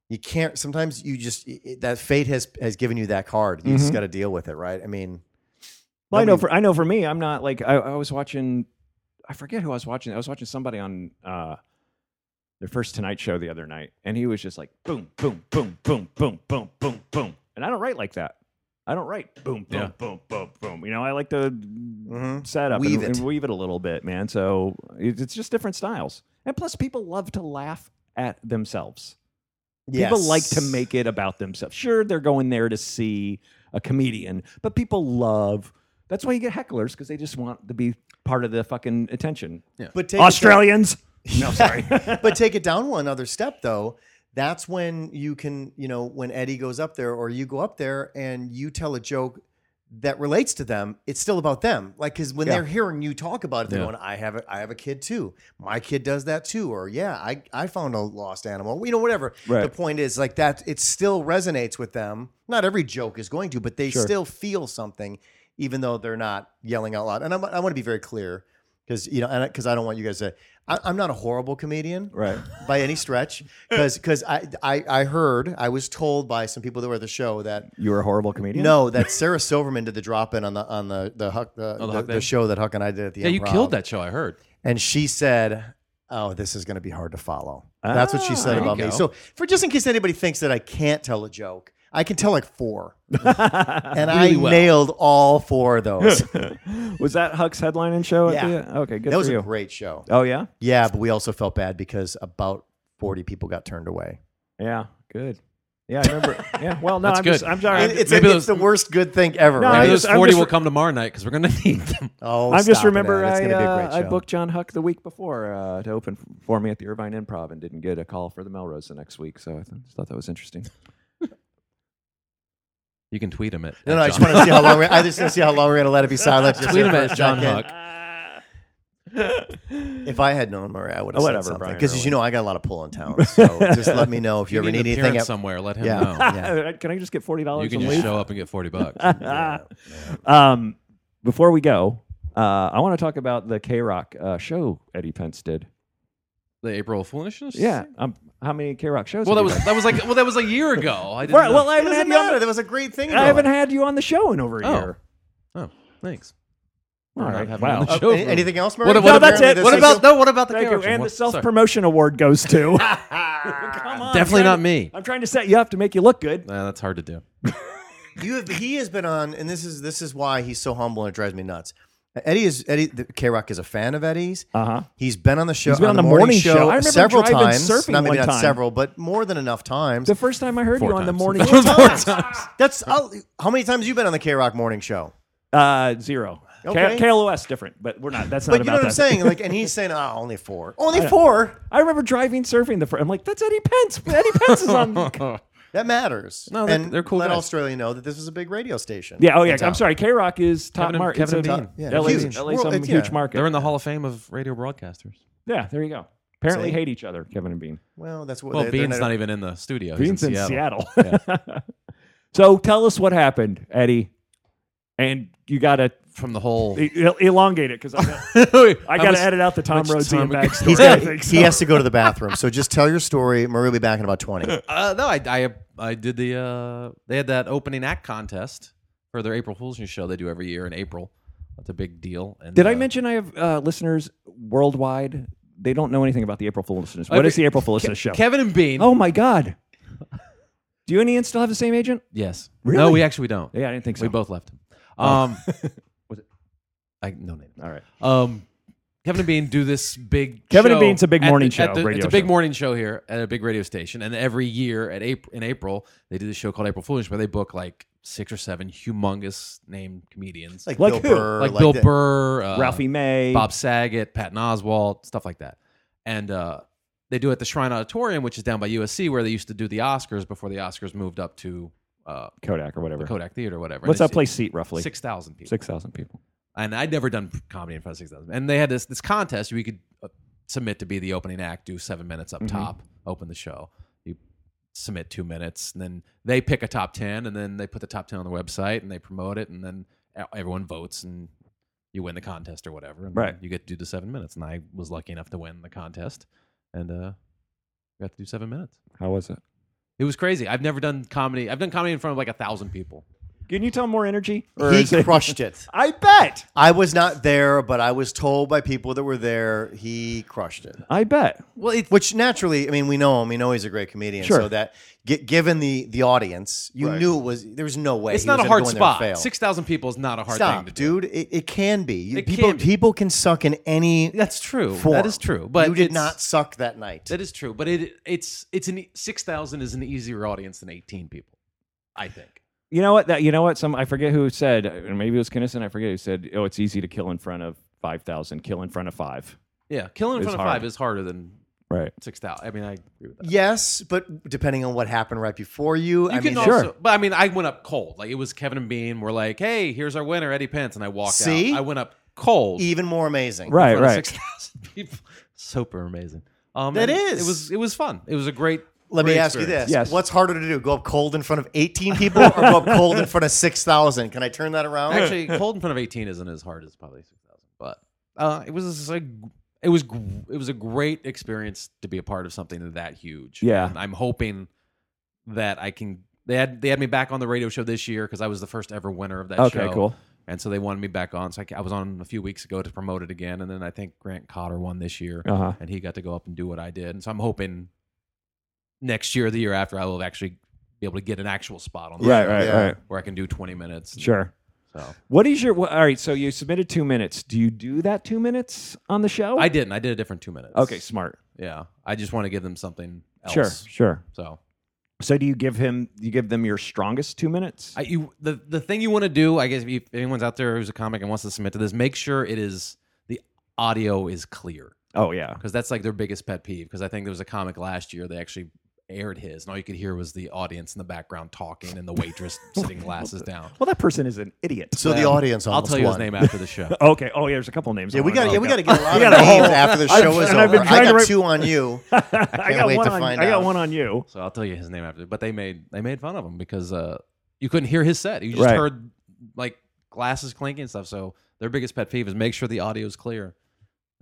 you can't. Sometimes you just it, that fate has has given you that card. You
Mm-hmm.
just got to deal with it, right? I mean,
Well, I know
Nobody-
for I know for me, I'm not like I, I was watching. I forget who I was watching. I was watching somebody on uh, their first Tonight Show the other night, and he was just like boom, boom, boom, boom, boom, boom, boom, boom, and I don't write like that. I don't write boom, boom,
Yeah.
boom, boom, boom. You know, I like to set up
Weave
and,
it.
and weave it a little bit, man. So it, it's just different styles, and plus, people love to laugh at themselves. People
yes.
like to make it about themselves. Sure, they're going there to see a comedian, but people love. That's why you get hecklers because they just want to be part of the fucking attention.
but take it down- (laughs)
Australians. No, sorry.
but take it down one other step though. That's when you can, you know, when Eddie goes up there or you go up there and you tell a joke that relates to them, it's still about them. Like cuz when
Yeah.
they're hearing you talk about it, they're
Yeah.
going, I have a I have a kid too. My kid does that too. Or yeah, I, I found a lost animal. You know, whatever.
Right.
The point is like that it still resonates with them. Not every joke is going to, but they
Sure.
still feel something, even though they're not yelling out loud. And I'm, I want to be very clear because you know, and because I don't want you guys to. I, I'm not a horrible comedian,
Right.
by any
(laughs)
stretch, because I, I I heard I was told by some people that were at the show that
you were a horrible comedian.
(laughs) no, that Sarah Silverman did the drop in on the on the the Huck, the,
Oh, the
the,
Huck
the
Day?
show that Huck and I did at the
Yeah, you
Improv.
killed that show. I heard.
and she said. Oh, this is going to be hard to follow. That's what she said
Ah, there you
about me.
go.
So, for just in case anybody thinks that I can't tell a joke, I can tell like
(laughs)
four, and I
well.
nailed all four
(laughs)
of those.
(laughs) Was that Huck's headlining show? at
Yeah.
the- okay, good
that was
for you.
a great show.
oh yeah,
Yeah, but we also felt bad because about 40 people got turned away.
yeah, good. Yeah, I remember. yeah, well, no,
That's
I'm just
good.
I'm sorry.
It- it's,
maybe those-
it's the worst good thing ever,
No, I
right?
Maybe
just-
those
I'm
forty
just-
will come tomorrow night because we're gonna (laughs) need them.
oh,
I just
stop
remember
it. It's
I,
gonna be a
uh,
great
I
show.
booked John Huck the week before uh, to open f- for me at the Irvine Improv and didn't get a call for the Melrose the next week. So I th- just thought that was
(laughs)
interesting.
You can tweet him it.
No, no, I just want to see how long. We're, I just want to see how long we're gonna let it be silent. Just
tweet him
for a
at John
second.
Huck.
If I had known Murray, I would have
Oh,
said
whatever,
something
Brian
because
Irwin.
you know I got a lot of pull
(laughs)
in town. So just let me know if you,
You
ever
need
need
an
anything.
appearance
at-
somewhere. Let him
(laughs)
Yeah.
know.
Yeah.
Can I just get forty dollars? Ah.
You can
(laughs)
just show up and get forty bucks.
Um, before we go, uh, I want to talk about the K Rock uh, show Eddie Pence did.
the April Foolishness.
Yeah, um, how many K Rock shows?
Well, that
have
was
you done?
that was like well that was a year ago. I didn't
Well,
know.
well, I
It
haven't
doesn't
had you on
matter.
the,
That was a great thing.
I haven't
though.
had you on the show in over a
Oh.
year.
oh, thanks.
All
not
right,
having
wow.
me on the
Uh,
show.
any- anything else, Murray?
What,
No,
what,
that's
about-
it.
What
This is-
about no? What about the
Thank you.
character?
And the
What-
self
sorry.
promotion award goes
(laughs)
to
Come on.
Definitely not me.
I'm trying to set you up to make you look good.
Nah, that's hard to do.
You have, he has been on, and this is this is why he's so humble and it drives me nuts. Eddie is Eddie. K Rock is a fan of Eddie's.
Uh huh.
He's been on the show.
He's been on the morning show. I remember
several
driving
times.
surfing
not maybe
one
not
time.
several, but more than enough times.
The first time I heard you on the
times. (laughs)
morning
(laughs) Four
show,
times. That's I'll- how many times you been on the K Rock morning show.
(laughs) uh, zero.
Okay.
K- KLOS different, but we're not. That's not
But you know
about
what I'm
that.
saying? Like, and
(laughs)
he's saying, "Oh, only four, only four.
I remember driving surfing the first. I'm like, that's Eddie Pence. Eddie Pence is (laughs)
(laughs)
on.
That matters."
No, they're-
and
they're cool
Let
guys.
Australia know that this is a big radio station.
Yeah. Oh yeah.
in town.
I'm sorry. K Rock is top
Kevin and-
market.
Kevin and
so
Dean.
Yeah,
LA's,
huge.
LA's
World-
some
it's-
huge
yeah.
market.
They're in the Hall of Fame of radio broadcasters.
yeah. There you go. Apparently
See?
hate each other, Kevin and Bean.
Well, that's what.
Well,
they, they're
Bean's not even in the studio. He's
Bean's in Seattle. (laughs)
Yeah.
so tell us what happened, Eddie. And you gotta
From
(laughs)
the whole.
e- el- elongate it because I, got- (laughs) I gotta edit out the Tom
much
Rhodes Ian
time ago?
Bag story.
He's
I
got,
think
(laughs) he has to go to the bathroom. So just tell your story. Marie will be back in about 20.
Uh, no, I, I I did the uh, they had that opening act contest for their April Fool's News show they do every year in April. That's a big deal. And,
Did I
uh,
mention I have uh, listeners worldwide? They don't know anything about the April Foolishness.
I
What
mean,
is the April Foolishness show?
Kevin and Bean?
oh my God! Do you and Ian still have the same agent?
yes.
Really?
No, we actually don't.
Yeah, Oh. I didn't think so.
We both left him.
(laughs)
Um, was it? I no name.
All right.
Um, Kevin and Bean do this big.
Kevin
show
and Bean's a big
at the-
morning
at
show,
the- it's
radio
a big
show.
morning show here at a big radio station, and every year at April, in April they do this show called April Foolish, where they book like six or seven humongous named comedians,
Like,
Like
Bill
who?
Burr.
Like Bill
the-
Burr, uh,
Ralphie May,
Bob Saget, Patton Oswalt, stuff like that. And uh, they do it at the Shrine Auditorium, which is down by USC, where they used to do the Oscars before the Oscars moved up to uh,
Kodak or whatever.
the Kodak Theater, or whatever.
What's that
And it's-
place seat roughly?
Six thousand people.
Six thousand people.
And I'd never done comedy in front of six thousand. And they had this this contest where you could uh, submit to be the opening act, do seven minutes
Mm-hmm.
up top, open the show. You submit two minutes, and then they pick a top ten, and then they put the top ten on the website, and they promote it, and then e, everyone votes and. You win the contest or whatever, and
Right.
You get to do the seven minutes, and I was lucky enough to win the contest, and uh, got to do seven minutes.
How was it?
It was crazy. I've never done comedy. I've done comedy in front of like a thousand people.
Can you tell more energy? is
(laughs)
He
it-
crushed it.
I bet.
I was not there, but I was told by people that were there he crushed it.
I bet.
Well, it,
Which naturally, I mean, we know him. We know he's a great comedian.
Sure.
So that gi- given the the audience, you knew it was there was no way.
it's
he
not
was
a
gonna
hard
go in there and
spot.
fail.
Six thousand people is not a hard
Stop,
thing to do.
dude. It, it can be. You-
It
people
can be.
people can suck in any.
That's true.
Form.
That is true. But
you did
it's-
not suck that night.
That is true. But it it's it's an e, six thousand is an easier audience than eighteen people. I think.
You know what? That you know what? Some I forget who said. Or maybe it was Kinnison. I forget who said. Oh, it's easy to kill in front of five thousand. Kill in front of five.
Yeah, killing in
It's
front of
hard.
five is harder than
Right.
six thousand. I mean, I agree with that.
yes, but depending on what happened right before you, I
You can
mean,
also,
Sure.
but I mean, I went up cold. Like it was Kevin and Bean. We're like, hey, here's our winner, Eddie Pence, and I walked
See? E,
out. I went up cold.
even more amazing.
Right. Right.
Six thousand people. (laughs) Super amazing. Um,
That
and
is.
It was it was fun. It was a great.
Let me
great
ask you
experience.
this:
Yes.
What's harder to do, go up cold in front of 18 people, or go up cold in front of 6,000? Can I turn that
(laughs)
around?
Actually, cold in front of eighteen isn't as hard as probably six thousand, but uh, it was just like it was gr- it was a great experience to be a part of something that huge.
Yeah.
and I'm hoping that I can. They had they had me back on the radio show this year because I was the first ever winner of that show.
Okay. Cool.
And so they wanted me back on. So I, ca- I was on a few weeks ago to promote it again, and then I think Grant Cotter won this year,
Uh huh.
and he got to go up and do what I did. And so I'm hoping next year, or the year after, I will actually be able to get an actual spot on the
Right.
show
Right.
yeah.
Right.
where I can do 20 minutes.
Sure.
So.
What is your? What, all right. So you submitted two minutes. Do you do that two minutes on the show?
I didn't. I did a different two minutes.
Oh. Okay. Smart.
Yeah. I just want to give them something else.
Sure. Sure.
So
So do you give him? You give them your strongest two minutes?
I, you, the the thing you want to do, I guess, if anyone's out there who's a comic and wants to submit to this, make sure it is the audio is clear
oh yeah.
because that's like their biggest pet peeve. Because I think there was a comic last year they actually aired his, and all you could hear was the audience in the background talking and the
(laughs)
waitress sitting glasses down.
Well, that person is an idiot.
so the audience
I'll
almost
tell you
won.
his name after the
(laughs)
show.
Okay. Oh yeah. There's a couple names.
Yeah,
I
we
wanna
got yeah,
know.
we got to get a lot
We
of
got a
names
whole-
after the
I've-
show is
and I've
over.
been trying
I
to
got
write-
two on you.
(laughs) I
can't
got
wait
one
to
on.
find
I got
out.
one on you.
So I'll tell you his name after. But they made they made fun of him because uh, you couldn't hear his set. You just
Right.
heard like glasses clinking and stuff. So their biggest pet peeve is make sure the audio is clear.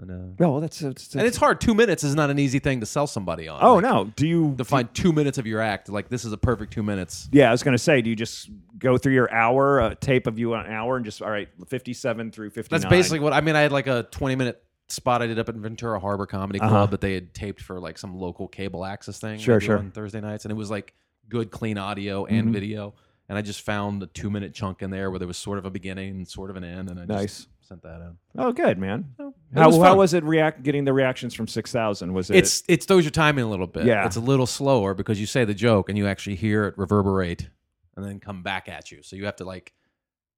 And, uh,
No, Oh, well, that's, that's,
and it's hard. Two minutes is not an easy thing to sell somebody on.
Oh
Like,
no. Do you?
To find two minutes of your act, like this is a perfect two minutes.
yeah, I was gonna say. Do you just go through your hour uh, tape of you on an hour and just all right, fifty-seven through fifty-nine?
That's basically what I mean. I had like a twenty minute spot I did up at Ventura Harbor Comedy Club
Uh-huh.
that they had taped for like some local cable access thing.
Sure,
they do
sure. Mm-hmm.
On Thursday nights, and it was like good, clean audio and video. And I just found a two minute chunk in there where there was sort of a beginning and sort of an end, and I just
Nice.
sent that in.
Oh, good man.
It
How,
was
how
fun.
was it react? Getting the reactions from six thousand was it?
It's it throws your timing a little bit.
Yeah.
it's a little slower because you say the joke and you actually hear it reverberate and then come back at you. So you have to like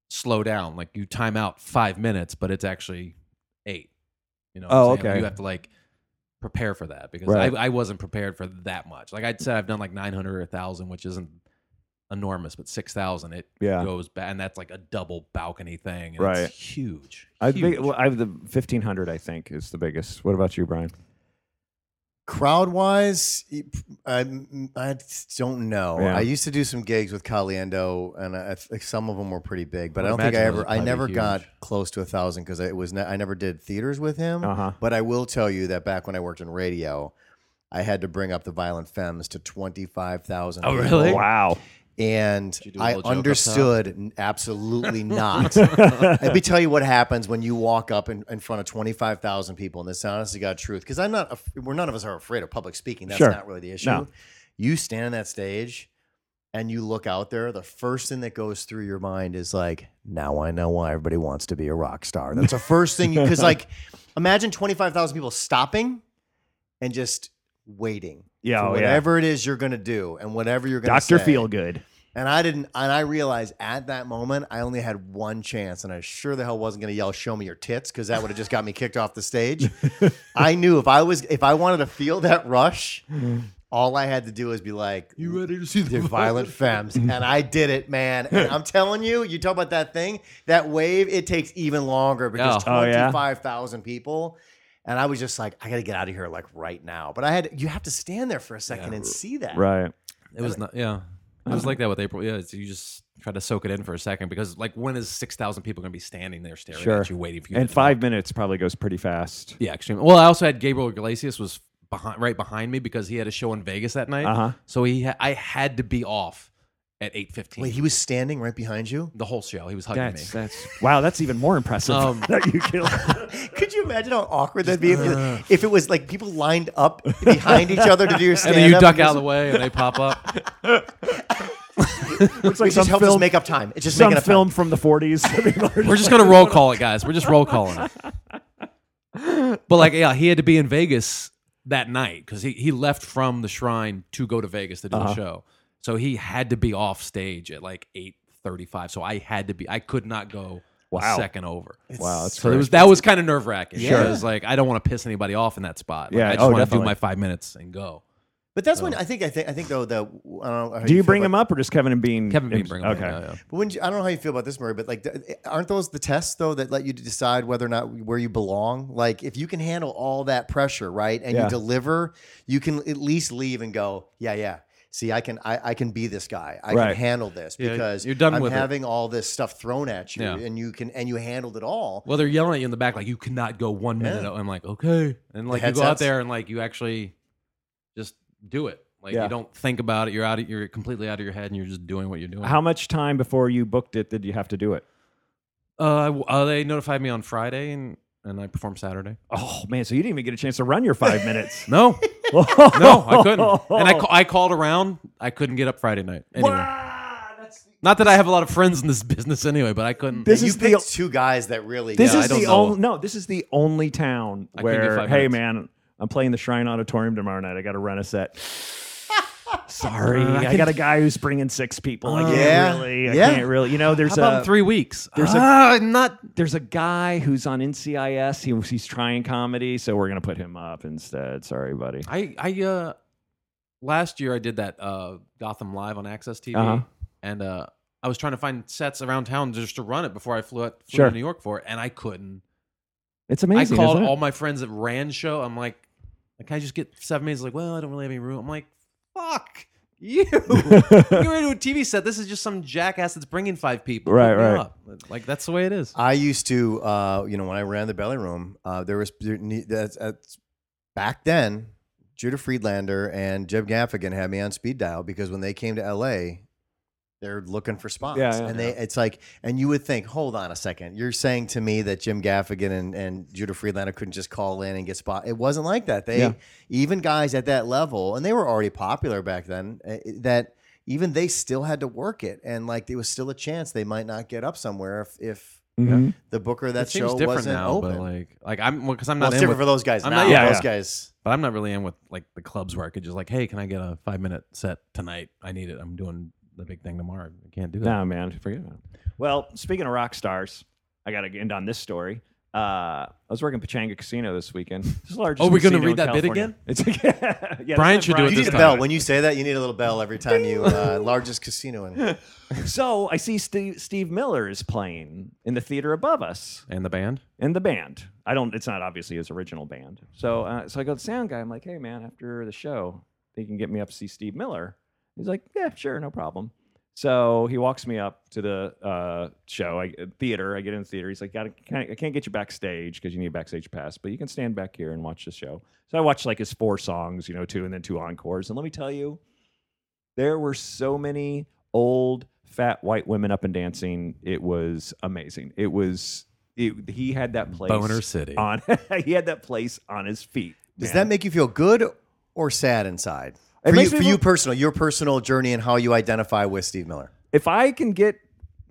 slow down. Like you time out five minutes, but it's actually eight. You know. what I'm
Oh,
saying? Like,
okay.
You have to like prepare for that because
Right.
I, I wasn't prepared for that much. Like I said, I've done like nine hundred or thousand, which isn't enormous, but six thousand it
Yeah.
goes back, and that's like a double balcony thing. And
Right.
it's huge.
I
huge.
think well, I have the fifteen hundred. I think is the biggest. What about you, Brian?
Crowd wise, I, I just don't know.
Yeah.
I used to do some gigs with Caliendo, and I, I think some of them were pretty big, but
I
I,
would
don't think I
imagine those
ever,
are
I
probably
never
huge.
got close to a thousand because it was, ne- I never did theaters with
Mm-hmm.
him.
Oh,
Uh huh.
But I will tell you that back when I worked in radio, I had to bring up the Violent Femmes to twenty five thousand.
Oh, really? (laughs)
Wow. (laughs)
And
you do a
I
little joke up
understood n-
(laughs)
absolutely not.
oh,
Let me tell you what happens when you walk up in, in front of twenty five thousand people, and this honestly got truth because I'm not. af- We're none of us are afraid of public speaking. That's
Sure.
not really the issue.
No.
You stand on that stage. And you look out there, the first thing that goes through your mind is like, now I know why everybody wants to be a rock star. That's the first thing,
(laughs)
because like, imagine 25,000 people stopping and just waiting.
Yeah,
for
oh, yeah.
whatever it is you're going to do and whatever you're going to
Doctor Feelgood.
And I didn't, and I realized at that moment I only had one chance, and I sure the hell wasn't going to yell "Show me your tits" because that would have just got me kicked off
(laughs)
the stage. I knew if I was, if I wanted to feel that rush, all I had to do was be like,
Mm-hmm. you ready to see (laughs)
they're violent femmes. And I did it, man. And I'm telling you, you talk about that thing, that wave, it takes even longer because
Oh.
Oh, yeah?
25,000 people. And I was just like, I got to get out of here like right now. But I had, you have to stand there for a second and see that.
Right.
It was not. Yeah, it was like that with April. Yeah, it's, you just try to soak it in for a second because, like, when is six thousand people going to be standing there staring
Sure.
at you, waiting for you?
And
to
five minutes probably goes pretty fast.
Yeah, extreme. Well, I also had Gabriel Iglesias was behind, right behind me because he had a show in Vegas that night.
Uh-huh.
So he, ha- I had to be off at eight fifteen.
Wait, he was standing right behind you?
the whole show, he was hugging
That's
me.
that's wow. That's even more impressive.
Um,
(laughs) that you
(laughs)
killed.
(laughs) Could you imagine how awkward that'd be if, you- if it was like people lined up behind each other to do
(laughs)
your
And
stand
then you duck out of the way, and they pop up.
It's like
It just
some
helps us
film,
make up time. It's just
some
making up
film from the
(laughs)
forties. (laughs)
We're just gonna roll call it, guys. We're just roll calling it. But like, yeah, he had to be in Vegas that night because he, he left from the shrine to go to Vegas to do
Uh-huh.
a show. So he had to be off stage at like eight thirty five. So I had to be. I could not go
Wow.
a second over.
wow. That's
So it
great.
was that was kind of nerve wracking.
Sure.
Sure, was like I don't want to piss anybody off in that spot. Like,
Yeah,
I just
oh,
want to do
definitely.
my five minutes and go.
But that's
Oh.
when I think I think I think though that I don't know how
Do you
feel
bring
about-
him up or just Kevin and Bean?
Kevin Bean, bring him
Okay.
up. Yeah, yeah.
But when you, I don't know how you feel about this, Murray, but like, th- eh, aren't those the tests though that let you decide whether or not where you belong? Like, if you can handle all that pressure, right, and
Yeah.
you deliver, you can at least leave and go, yeah, yeah. See, I can, I, I can be this guy. I
Right.
can handle this
Yeah,
because
you're done
I'm
with it.
having all this stuff thrown at you,
Yeah.
and you can, and you handled it all.
Well, they're yelling at you in the back like you cannot go one minute. I'm like, okay, and like you go out
headsets?
there and like you actually just do it. Like
Yeah.
you don't think about it. You're out. Of, you're completely out of your head, and you're just doing what you're doing.
How much time before you booked it did you have to do it?
Uh, uh, they notified me on Friday, and and I performed (laughs) Saturday.
Oh man, so you didn't even get a chance to run your five minutes.
(laughs)
(laughs)
No,
no,
no, I couldn't. And (laughs) I ca- I called around. I couldn't get up Friday night. Anyway, not that I have a lot of friends in this (laughs) business anyway, but I couldn't.
This
you
is the
picked two guys that really.
this
Yeah, I
is
don't
the
know.
only no. This is the only town
I couldn't do
where
five
hey
minutes.
man, I'm playing the Shrine Auditorium tomorrow night. I got to run a
(laughs)
set. Sorry, I, got a guy who's bringing six people. I can't
Yeah.
really. I
Yeah.
can't really. You know, there's
Oh, How about
a
in three weeks?
there's a-
ah, not.
there's a guy who's on NCIS. He, was- he's trying comedy, so we're gonna put him up instead. Sorry, buddy.
I I uh last year I did that uh Gotham Live on Access TV
Uh-huh.
and uh I was trying to find sets around town just to run it before I flew out flew
Sure.
to New York for it and I couldn't.
It's amazing.
I called
isn't it? (laughs)
all my friends that ran show. I'm like, can I just get seven minutes? Like, well, I don't really have any room. I'm like, fuck
(laughs)
you. You're into a TV set. This is just some jackass that's bringing five people.
Right,
Put me
right.
up. Like that's the way it is.
I used to, uh, you know, when I ran the belly room, uh, there was there, ne- that's, that's, back then. Judah Friedlander and Jeb Gaffigan had me on speed dial because when they came to LA, they're looking for spots,
Yeah, yeah.
and they it's like, and you would think, hold on a second, you're saying to me that Jim Gaffigan and, and Judah Friedlander couldn't just call in and get spot. It wasn't like that. They
Yeah.
even guys at that level, and they were already popular back then. eh, That even they still had to work it, and like there was still a chance they might not get up somewhere if if
(laughs) Mhm.
The booker of that
it seems
show
different
wasn't
now,
open.
but like, like I'm because I'm
well,
not
it's
in
different
with,
for those guys
I'm
now.
not-
yeah,
those
yeah.
guys.
but I'm not really in with like the clubs where I could just like, hey, can I get a five minute set tonight? I need it. I'm doing the big thing tomorrow. I can't do that.
No, man, forget about it. Well, speaking of rock stars, I got to end on this story. Uh, I was working Pachanga Casino this weekend. It's the largest
Oh, we're gonna
casino
read
in
that bit
California.
again?
It's (laughs) yeah, that's
Brian
what
should do it
You
this
need a
time.
bell. When you say that, you need a little bell every time you uh, largest
(laughs)
casino. In.
So I see Steve, Steve Miller is playing in the theater above us
And the band?
in the band. I don't. It's not obviously his original band. So uh, so I go to the sound guy. I'm like, hey man, after the show, they can get me up to see Steve Miller. He's like, yeah, sure, no problem. So he walks me up to the uh, show, I, theater. I get in the theater. He's like, Gotta, can I, I can't get you backstage because you need a backstage pass, but you can stand back here and watch the show. So I watched like his four songs, you know, two and then two encores. And let me tell you, there were so many old fat white women up and dancing. It was amazing. It was it, he had that place
Boner City.
on. (laughs) he had that place on his feet.
Does
man.
that make you feel good or sad inside?
It
For you,
makes me
for you
feel-
personal, your personal journey and how you identify with Steve Miller.
if I can get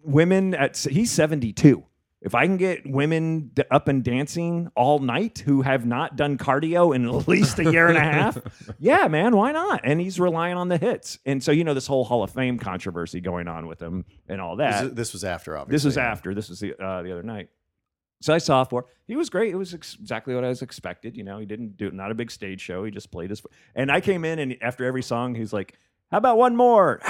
women at he's 72. If I can get women d- up and dancing all night who have not done cardio in at least a year and a half, yeah, man, why not? And he's relying on the hits. And so you know this whole Hall of Fame controversy going on with him and all that.
This, this was after, obviously.
This was after. This was the uh, the other night. So I saw four. He was great. It was ex- exactly what I was expected. You know, he didn't do not a big stage show. He just played his. And I came in and after every song, he's like, "How about one more?" (laughs)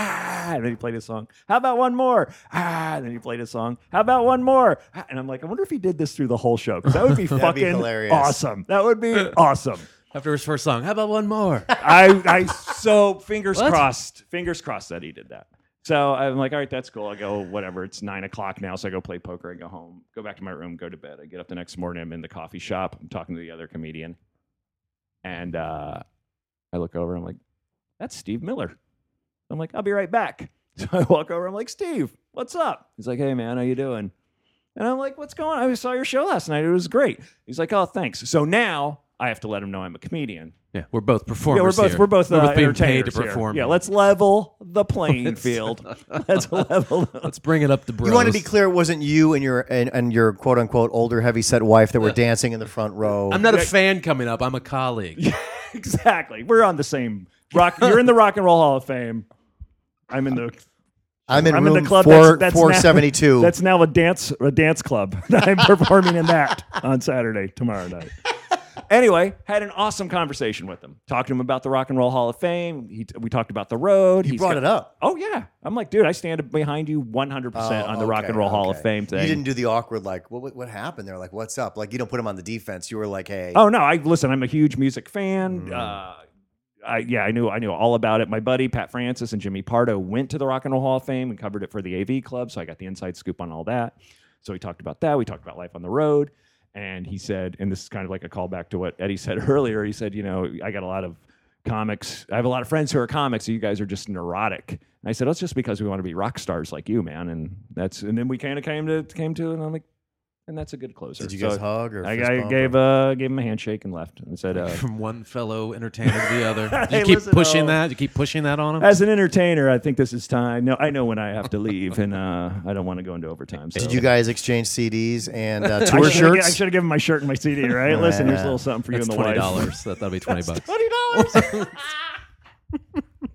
Ah, and then he played his song. How about one more? (laughs) Ah, and then he played his song. How about one more? (laughs) Ah, and I'm like, I wonder if he did this through the whole show 'cause that would be
(laughs) That'd be
fucking
hilarious.
awesome. That would be awesome.
After his first song, how about one more?
I, I so fingers
What?
crossed, fingers crossed that he did that. So I'm like, all right, that's cool. I go, whatever. It's nine o'clock now, so I go play poker. I go home, go back to my room, go to bed. I get up the next morning. I'm in the coffee shop. I'm talking to the other comedian, and uh, I look over. I'm like, that's Steve Miller. I'm like, I'll be right back. (laughs) So I walk over. I'm like, Steve, what's up? He's like, Hey, man, how you doing? And I'm like, What's going on? I saw your show last night. It was great. He's like, Oh, thanks. So now I have to let him know I'm a comedian.
(laughs) yeah, we're both performers.
Yeah, we're both
here.
we're both, uh,
being paid to
entertainers here.
perform.
Yeah,
here.
let's level the playing field.
(laughs)
Let's level. The,
let's bring it up to bros.
You want to be clear, it wasn't you and your and, and your quote unquote older heavyset wife that were dancing in the front row.
I'm not a fan coming up. I'm a colleague.
exactly. We're on the same rock. You're in the Rock and Roll Hall of Fame. I'm in the
I'm in
I'm
room
in the club
four,
that's, that's now- (laughs)
472.
that's now a dance a dance club. (laughs) I'm performing in that on Saturday tomorrow night. Anyway, had an awesome conversation with him. Talked to him about the Rock and Roll Hall of Fame. He, we talked about the road.
you brought it up.
Oh yeah, I'm like, dude, I stand behind you 100 percent on the Rock and Roll Hall of Fame thing.
Oh, You didn't do the awkward like what what- what happened there? Like what's up? Like you don't put him on the defense. You were like, hey,
Oh no, I listen. I'm a huge music fan.
Mm.
Uh, I, yeah, I knew I knew all about it. My buddy Pat Francis and Jimmy Pardo went to the Rock and Roll Hall of Fame and covered it for the AV Club, so I got the inside scoop on all that. So we talked about that. We talked about life on the road, and he said, and this is kind of like a callback to what Eddie (laughs) said earlier. He said, you know, I got a lot of comics. I have a lot of friends who are comics. So you guys are just neurotic. And I said, that's just because we want to be rock stars like you, man. And that's and then we kind of came to came to, it, and I'm like, and that's a good closer.
did you
So-
guys hug or
I,
fist
I
bump
gave
or-
uh, gave him a handshake and left and said, uh, (laughs)
From one fellow entertainer to the other. You
Hey,
keep
listen,
pushing
oh.
that. You keep pushing that on him.
"As an entertainer, I think this is time. No, I know when I have to leave, and uh, I don't want to go into overtime." So.
Did you guys exchange CDs and
(laughs)
uh,
I
tour
should have- I
shirts?
should have given my shirt and my CD. Right?
(laughs)
Listen, here's a
Yeah.
little something for you
That's
and the wife.
twenty dollars. That, that'll
(laughs)
be twenty bucks.
Twenty dollars. (laughs)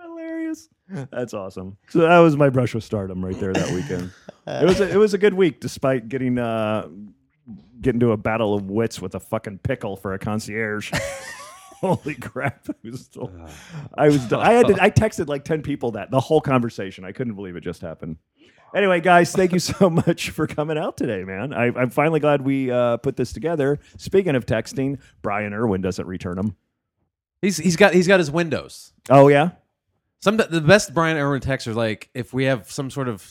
Hilarious. That's awesome. So that was my brush with stardom right there that weekend. it was a, it was a good week despite getting uh, getting to a battle of wits with a fucking pickle for a concierge. (laughs) Holy crap! I was, still, I was done. I had to, I texted like ten people that the whole conversation. I couldn't believe it just happened. Anyway, guys, thank you so (laughs) much for coming out today, man. I, I'm finally glad we uh, put this together. Speaking of texting, Brian Irwin doesn't return them.
He's he's got he's got his windows.
Oh yeah,
Some the best Brian Irwin texts are like if we have some sort of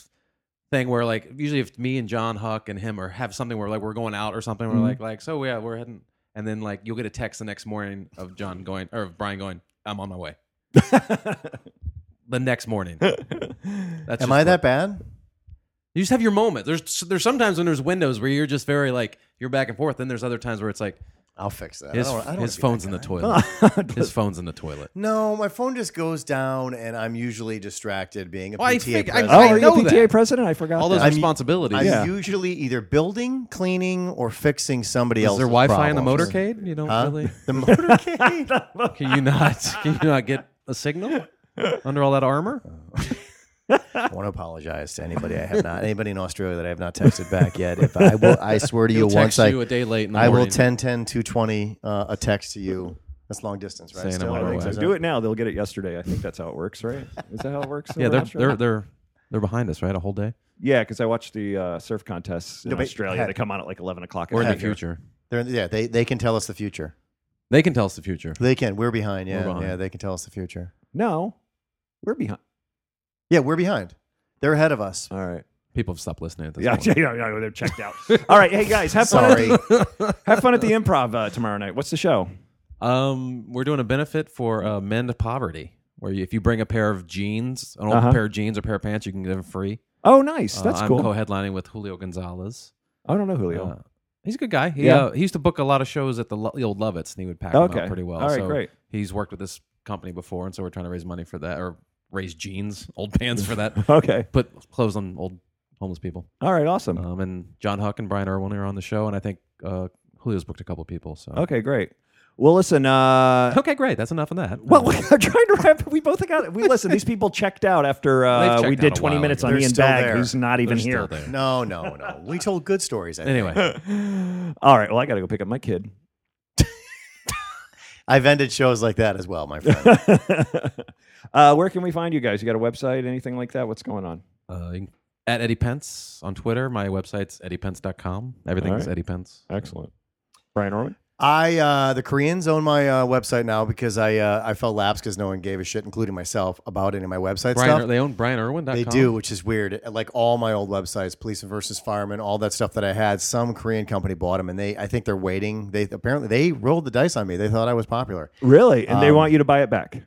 thing where like usually if me and John Huck and him or have something where like we're going out or something
Mm-hmm.
we're like like so yeah we're heading and then like you'll get a text the next morning of John going or of Brian going I'm on my
(laughs)
way the next morning. That's just
Am I
what-
that bad?
You just have your moment. There's there's sometimes when there's windows where you're just very like you're back and forth. Then there's other times where it's like
I'll fix that. I
His,
don't- I don't wanna
his
be that
phone's in the
guy.
toilet.
(laughs)
his phone's in the toilet.
No, my phone just goes down, and I'm usually distracted being a
Well, I
PTA
fig- I-
president.
Oh, are you
know
PTA
that.
president? I forgot.
All those
that.
responsibilities.
I'm
Is
usually either building, cleaning, or fixing somebody else's
there Wi-Fi in the
problems.
motorcade? You don't
Huh?
really.
The motorcade?
Can you not? (laughs) Can you not get a signal under all that armor?
I want to apologize to anybody I have not anybody in Australia that I have not texted back yet. If I will, I swear to you,
He'll
once
text
I
you a day late. In the
I will
morning.
10 10 220 uh, a text to you. That's long distance, right?
Saying I'm
Still, I
on
think
my way.
so.
Do it now. They'll get it yesterday. I think that's how it works, right? Is that how it works?
Yeah, they're
Russia?
they're they're they're behind us, right? A whole day
Yeah, because I watched the uh, surf contests in
No, but
Australia.
heck.
they come on at like eleven o'clock.
or in the
night here.
future.
They're, yeah, they, they can tell us the future.
They can tell us the future.
They can. We're behind. Yeah,
We're behind.
yeah. They can tell us the future.
No, we're behind.
Yeah, we're behind. They're ahead
(laughs)
of us.
All right.
People have stopped listening at
(laughs)
this
Yeah,
point.
(laughs) yeah, yeah, yeah, They're checked out. All right. Hey guys, have fun.
Sorry.
At the, have fun at the improv uh, tomorrow night. What's the show?
Um, we're doing a benefit for uh, men to poverty, where you, if you bring a pair of jeans, an old
Uh-huh.
pair of jeans or pair of pants, you can get them free.
Oh, nice.
Uh,
That's
I'm
cool.
co-headlining with Julio Gonzalez.
I don't know Julio.
Uh, he's a good guy. He,
Yeah.
uh, he used to book a lot of shows at the, Lo- the old Lovitz, and he would pack them
Okay.
up pretty well.
All right,
so
great.
He's worked with this company before, and so we're trying to raise money for that, or raise jeans, (laughs) old pants for
(laughs)
that.
okay.
Put clothes on old homeless people.
All right. Awesome.
Uh-huh.
Um, and John Huck and Brian Irwin are on the show, and I think uh, Julio's booked a couple people. So
okay. Great. Well, listen. Uh,
okay, great. That's enough of that.
well, (laughs) I'm trying to wrap. We both got. We listen. These people checked out after uh, we
They've checked
did
out a
20
while
minutes
ago.
on
They're
Ian
still
Bag,
there. (laughs)
who's not even
They're
here.
still there.
No, no, no. We told good stories. I think.
Anyway.
(laughs) All right. Well, I got to go pick up my kid. (laughs)
I've ended shows like that as well,
(laughs)
my friend.
uh, where can we find you guys? You got a website, anything like that? What's going on?
Uh, you can- at Eddie Pence on Twitter. My website's eddiepence.com. Everything's
All right.
Eddie Pence.
Excellent. Brian Orwin?
I uh, the Koreans own my uh, website now because I uh, I fell lapsed because no one gave a shit, including myself, about any of my website
Brian,
stuff.
they own BrianIrwin.com.
They do, which is weird. Uh, Like all my old websites, police versus firemen, all that stuff that I had, some Korean company bought them, and they I think they're waiting. They apparently they rolled the dice on me. They thought I was popular.
Really? And they
Um,
want you to buy it back.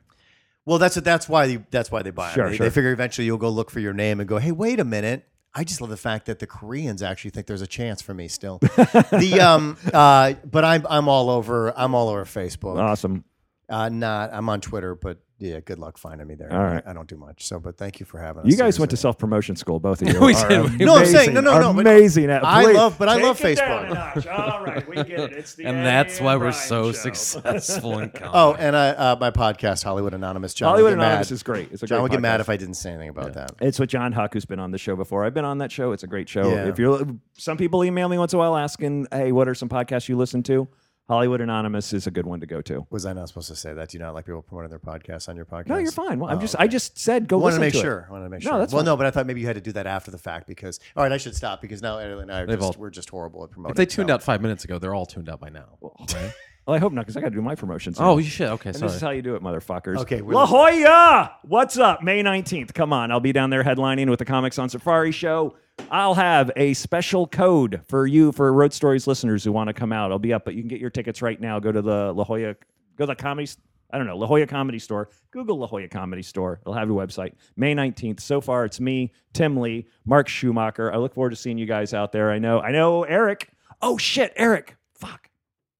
Well, that's that's why they, that's why they buy 'em.
Sure,
they,
sure.
they figure eventually you'll go look for your name and go, hey, wait a minute. I just love the fact that the Koreans actually think there's a chance for
(laughs)
me still. the um, uh, but I'm I'm all over I'm all over Facebook.
Awesome.
Uh, not I'm on Twitter, but yeah, good luck finding me there.
All right.
I, I don't do much. So, but thank you for having us.
You guys went to
Seriously.
self promotion school, both
(laughs)
of you.
We
Are
did.
amazing-
No, I'm saying- no, no, no, but
Amazing. at-
I
please,
love, but I love
take it down
Facebook.
a notch. All right, we get it. It's the
And
Andy
that's why
and
we're
Brian
so
show.
successful
(laughs)
in comedy.
Oh, and I, uh, my podcast, Hollywood Anonymous. John
Hollywood
would get
Anonymous
mad.
is great. It's a
John
great
would get mad
podcast.
if I didn't say anything about that.
It's with John Huck, who's been on the show before. I've been on that show. It's a great show.
Yeah.
If you're, some people email me once in a while asking, "Hey, what are some podcasts you listen to?" Hollywood Anonymous is a good one to go to.
Was I not supposed to say that? Do you not like people promoting their podcasts on your podcast?
No, you're fine. Well, I'm
Oh,
just,
okay.
I just said go
I
listen
wanted to make
to it.
sure. I wanted to make
No,
sure.
that's
well,
fine.
no, but I thought maybe you had to do that after the fact because. All right, I should stop because now Italy and I are
They've
just,
all-
we're just horrible at promoting.
if they tuned out five minutes ago, they're all tuned out by now. right?
Well, I hope not, because I got to do my promotions. now.
oh, you should. Okay,
and
sorry.
this is how you do it, motherfuckers.
Okay, we're
La Jolla, what's up? May nineteenth. Come on, I'll be down there headlining with the Comics on Safari show. I'll have a special code for you for Road Stories listeners who want to come out. I'll be up, but you can get your tickets right now. Go to the La Jolla, go to the comedy. I don't know La Jolla Comedy Store. Google La Jolla Comedy Store. It'll have your website. May nineteenth. So far, it's me, Tim Lee, Mark Schumacher. I look forward to seeing you guys out there. I know, I know, Eric. Oh shit, Eric. Fuck.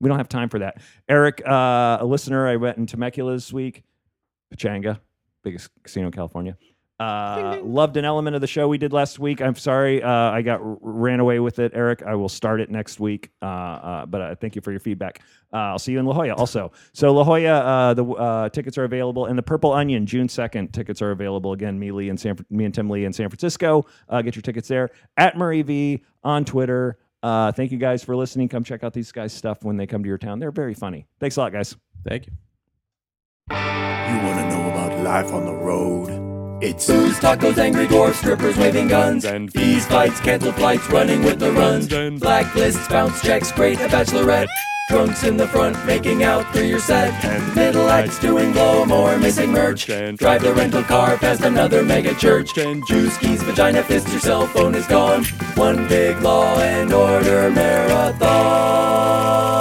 We don't have time for that. Eric, uh, a listener, I went in Temecula this week, Pachanga, biggest casino in California. Uh, Loved an element of the show we did last week. I'm sorry uh, I got r- ran away with it, Eric. I will start it next week. Uh, uh, but uh, thank you for your feedback. Uh, I'll see you in La Jolla also. So La Jolla, uh, the uh, tickets are available, and the Purple Onion June 2nd tickets are available again. Me Lee and San, me and Tim Lee in San Francisco. Uh, get your tickets there at Marie V on Twitter. Uh, thank you guys for listening. Come check out these guys' stuff when they come to your town. They're very funny. Thanks a lot, guys.
Thank you.
You want to know about life on the road? It's
Booze, tacos, angry dwarfs, strippers waving guns, and fees, fights, cancel flights, running with the runs, blacklists, bounce checks, great, a bachelorette, drunks in the front, making out through your set, and middle acts doing blow more, missing merch, and drive the rental car past another mega church, and juice keys, vagina fist, your cell phone is gone, one big law and order marathon.